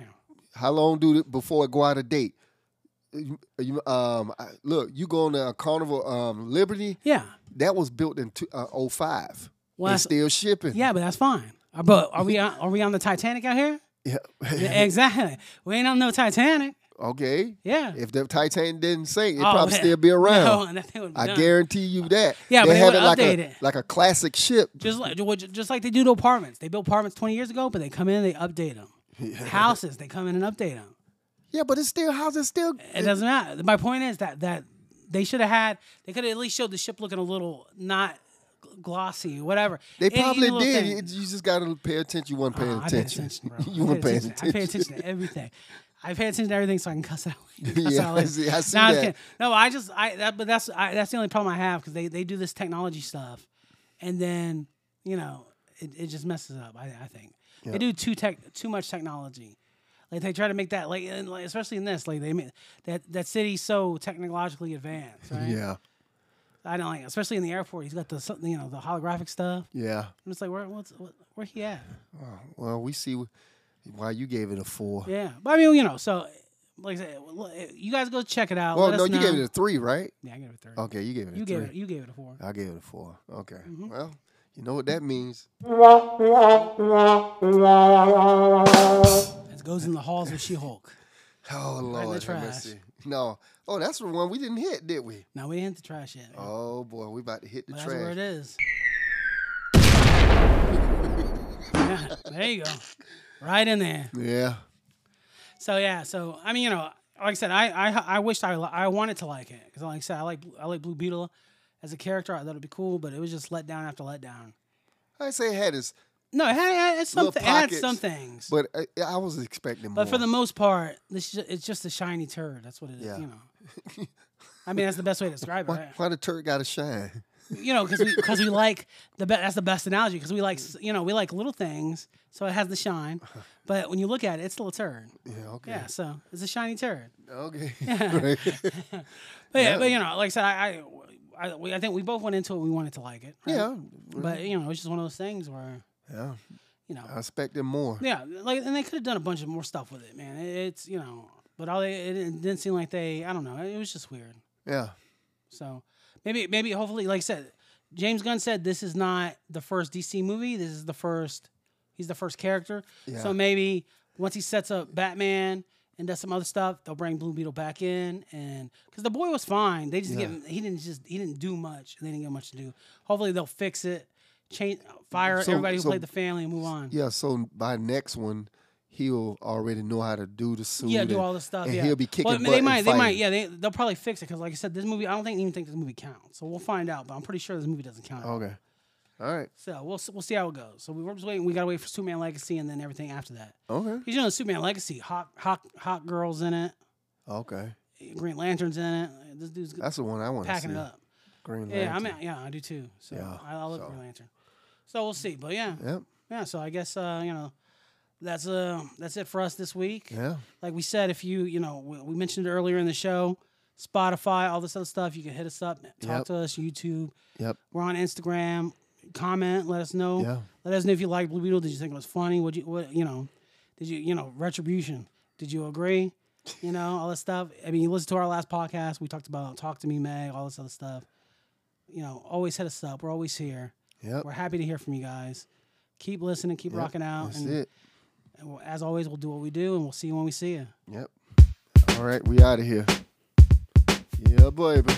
B: How long do it before it go out of date? Uh, You- you- um, I- look, you go on a Carnival um, Liberty
C: yeah,
B: that was built in two, uh, 05.
C: Well,
B: it's
C: that's-
B: still shipping.
C: yeah, but that's fine.
B: *laughs*
C: Uh, But are we on, are we on the Titanic out here?
B: yeah.
C: Yeah, exactly. We ain't on no Titanic.
B: *laughs* Okay.
C: Yeah.
B: If the Titan didn't sink, it
C: Oh, *laughs*
B: probably
C: man.
B: still be around.
C: No, and that thing would've been
B: I
C: done.
B: guarantee you that.
C: Yeah,
B: they
C: but they
B: have it
C: would
B: like
C: update
B: a
C: it.
B: like a classic ship.
C: Just like ju- ju- just like they do to apartments. They built apartments 20 years ago, but they come in and they update them. Houses, they come in and update them.
B: Yeah, but it's still how's it still?
C: It doesn't matter. My point is that that they should have had. They could have at least showed the ship looking a little not gl- glossy, whatever.
B: They
C: Any- any
B: probably
C: little
B: did.
C: thing. Oh,
B: You, you just got to pay attention. You weren't paying
C: I paid
B: attention.
C: attention, bro. I
B: *laughs* you weren't
C: paid
B: paying
C: attention. I pay attention to everything. I pay attention to everything, so I can cuss it out. *laughs* Cuss it
B: Yeah,
C: out
B: I
C: later.
B: *laughs* see- I see
C: no, I'm
B: that.
C: just kidding. no, I just I that, but that's I, that's the only problem I have because they they do this technology stuff, and then you know it, it just messes up. I, I think they do too tech too much technology. Like they try to make that like, and like especially in this like they made that that city's so technologically advanced, right?
B: Yeah,
C: I don't like, especially in the airport. He's got the something you know the holographic stuff.
B: yeah.
C: I'm just like, where what's what, where he at?
B: Well, we see why you gave it a four.
C: Yeah, but I mean, you know, so like I said, l- you guys go check it out.
B: well,
C: Let
B: no,
C: us
B: you
C: know.
B: gave it a three, right?
C: Yeah, I gave it a third.
B: Okay, you gave it a
C: you
B: three.
C: gave it. Mm-hmm. You gave it a four.
B: I gave it a four. Okay. Well, you know what that means.
C: It goes in
B: *laughs*
C: the halls with She-Hulk.
B: Oh Lord, have
C: trash.
B: mercy. *laughs* No. Oh, that's the one we didn't hit, did we?
C: Now we ain't the trash yet. but
B: Oh boy, we about to hit the
C: that's where it
B: trash. *laughs*
C: is. *laughs* yeah, there you go. Right in there.
B: Yeah.
C: So yeah, so I mean, you know, like I said, I I, I wished I li- I wanted to like it because, like I said, I like I like Blue Beetle as a character. I thought it'd be cool, but it was just let down after let down.
B: I say it had its,
C: No, it had, it had some
B: Little
C: th- it had
B: pockets,
C: some things.
B: but I, I was expecting more.
C: But for the most part, this ju- it's just a shiny turd. That's what it is.
B: Yeah.
C: You know. I mean, that's the best way to describe it.
B: why,
C: Right?
B: why the turd got to shine? *laughs*
C: You know, because we because we like the be- that's the best analogy because we like s- you know we like little things, so it has the shine.
B: *laughs*
C: But when you look at it, it's still a turd.
B: Yeah. Okay.
C: Yeah, so it's a shiny turd.
B: Okay. *laughs*
C: But yeah, but you know, like I said, I I, I, we, I think we both went into it. We wanted to like it. right?
B: yeah.
C: But you know, it's just one of those things where
B: Yeah.
C: you know
B: I expected more.
C: Yeah, like and they could have done a bunch of more stuff with it, man. It, it's you know, but all they it didn't didn't seem like they. I don't know. It was just weird.
B: Yeah.
C: So maybe maybe hopefully, like I said, James Gunn said this is not the first DC movie. This is the first. He's the first character.
B: Yeah.
C: So maybe once he sets up Batman and does some other stuff, they'll bring Blue Beetle back in, and because the boy was fine, they just get he didn't just he didn't do much. They didn't get much to do. Hopefully they'll fix it, change fire
B: So-
C: everybody who
B: so-
C: played the family and move on.
B: Yeah. So by next one, he'll already know how to do the suit.
C: Yeah, do
B: and-
C: all this stuff.
B: and
C: yeah,
B: he'll be kicking
C: Well,
B: butt
C: they
B: and
C: might, they might,
B: fighting.
C: yeah, they they'll probably fix it because, like I said, this movie. I don't think even think this movie counts. So we'll find out. But I'm pretty sure this movie doesn't count.
B: Okay. All right.
C: So we'll s- we'll see how it goes. So we were just waiting. We gotta wait for Superman Legacy and then everything after that.
B: Okay.
C: Because you know Superman Legacy, hot hot hot girls in it,
B: Okay.
C: Green Lanterns in it. This dude's
B: That's the one I want to see.
C: packing it up.
B: Green Lantern.
C: Yeah, I mean, yeah, I do too. So
B: Yeah,
C: I, I love
B: so.
C: Green Lantern. So we'll see. But yeah,
B: Yep.
C: yeah. So I guess uh, you know. That's uh, that's it for us this week.
B: Yeah.
C: like we said, if you, you know, we, we mentioned it earlier in the show, Spotify, all this other stuff, you can hit us up, talk
B: Yep.
C: to us, YouTube.
B: Yep.
C: We're on Instagram. Comment, let us know.
B: Yeah.
C: Let us know if you liked Blue Beetle. Did you think it was funny? Would you, what, you know, did you, you know, retribution? Did you agree? You know, all this stuff. I mean, you listen to our last podcast. We talked about Talk to Me, Meg, all this other stuff. You know, always hit us up. We're always here.
B: Yep.
C: We're happy to hear from you guys. Keep listening, keep rocking out.
B: That's
C: and,
B: it.
C: and we'll- as always, we'll do what we do and we'll see you when we see you.
B: Yep. All right, we out of here. Yeah, baby.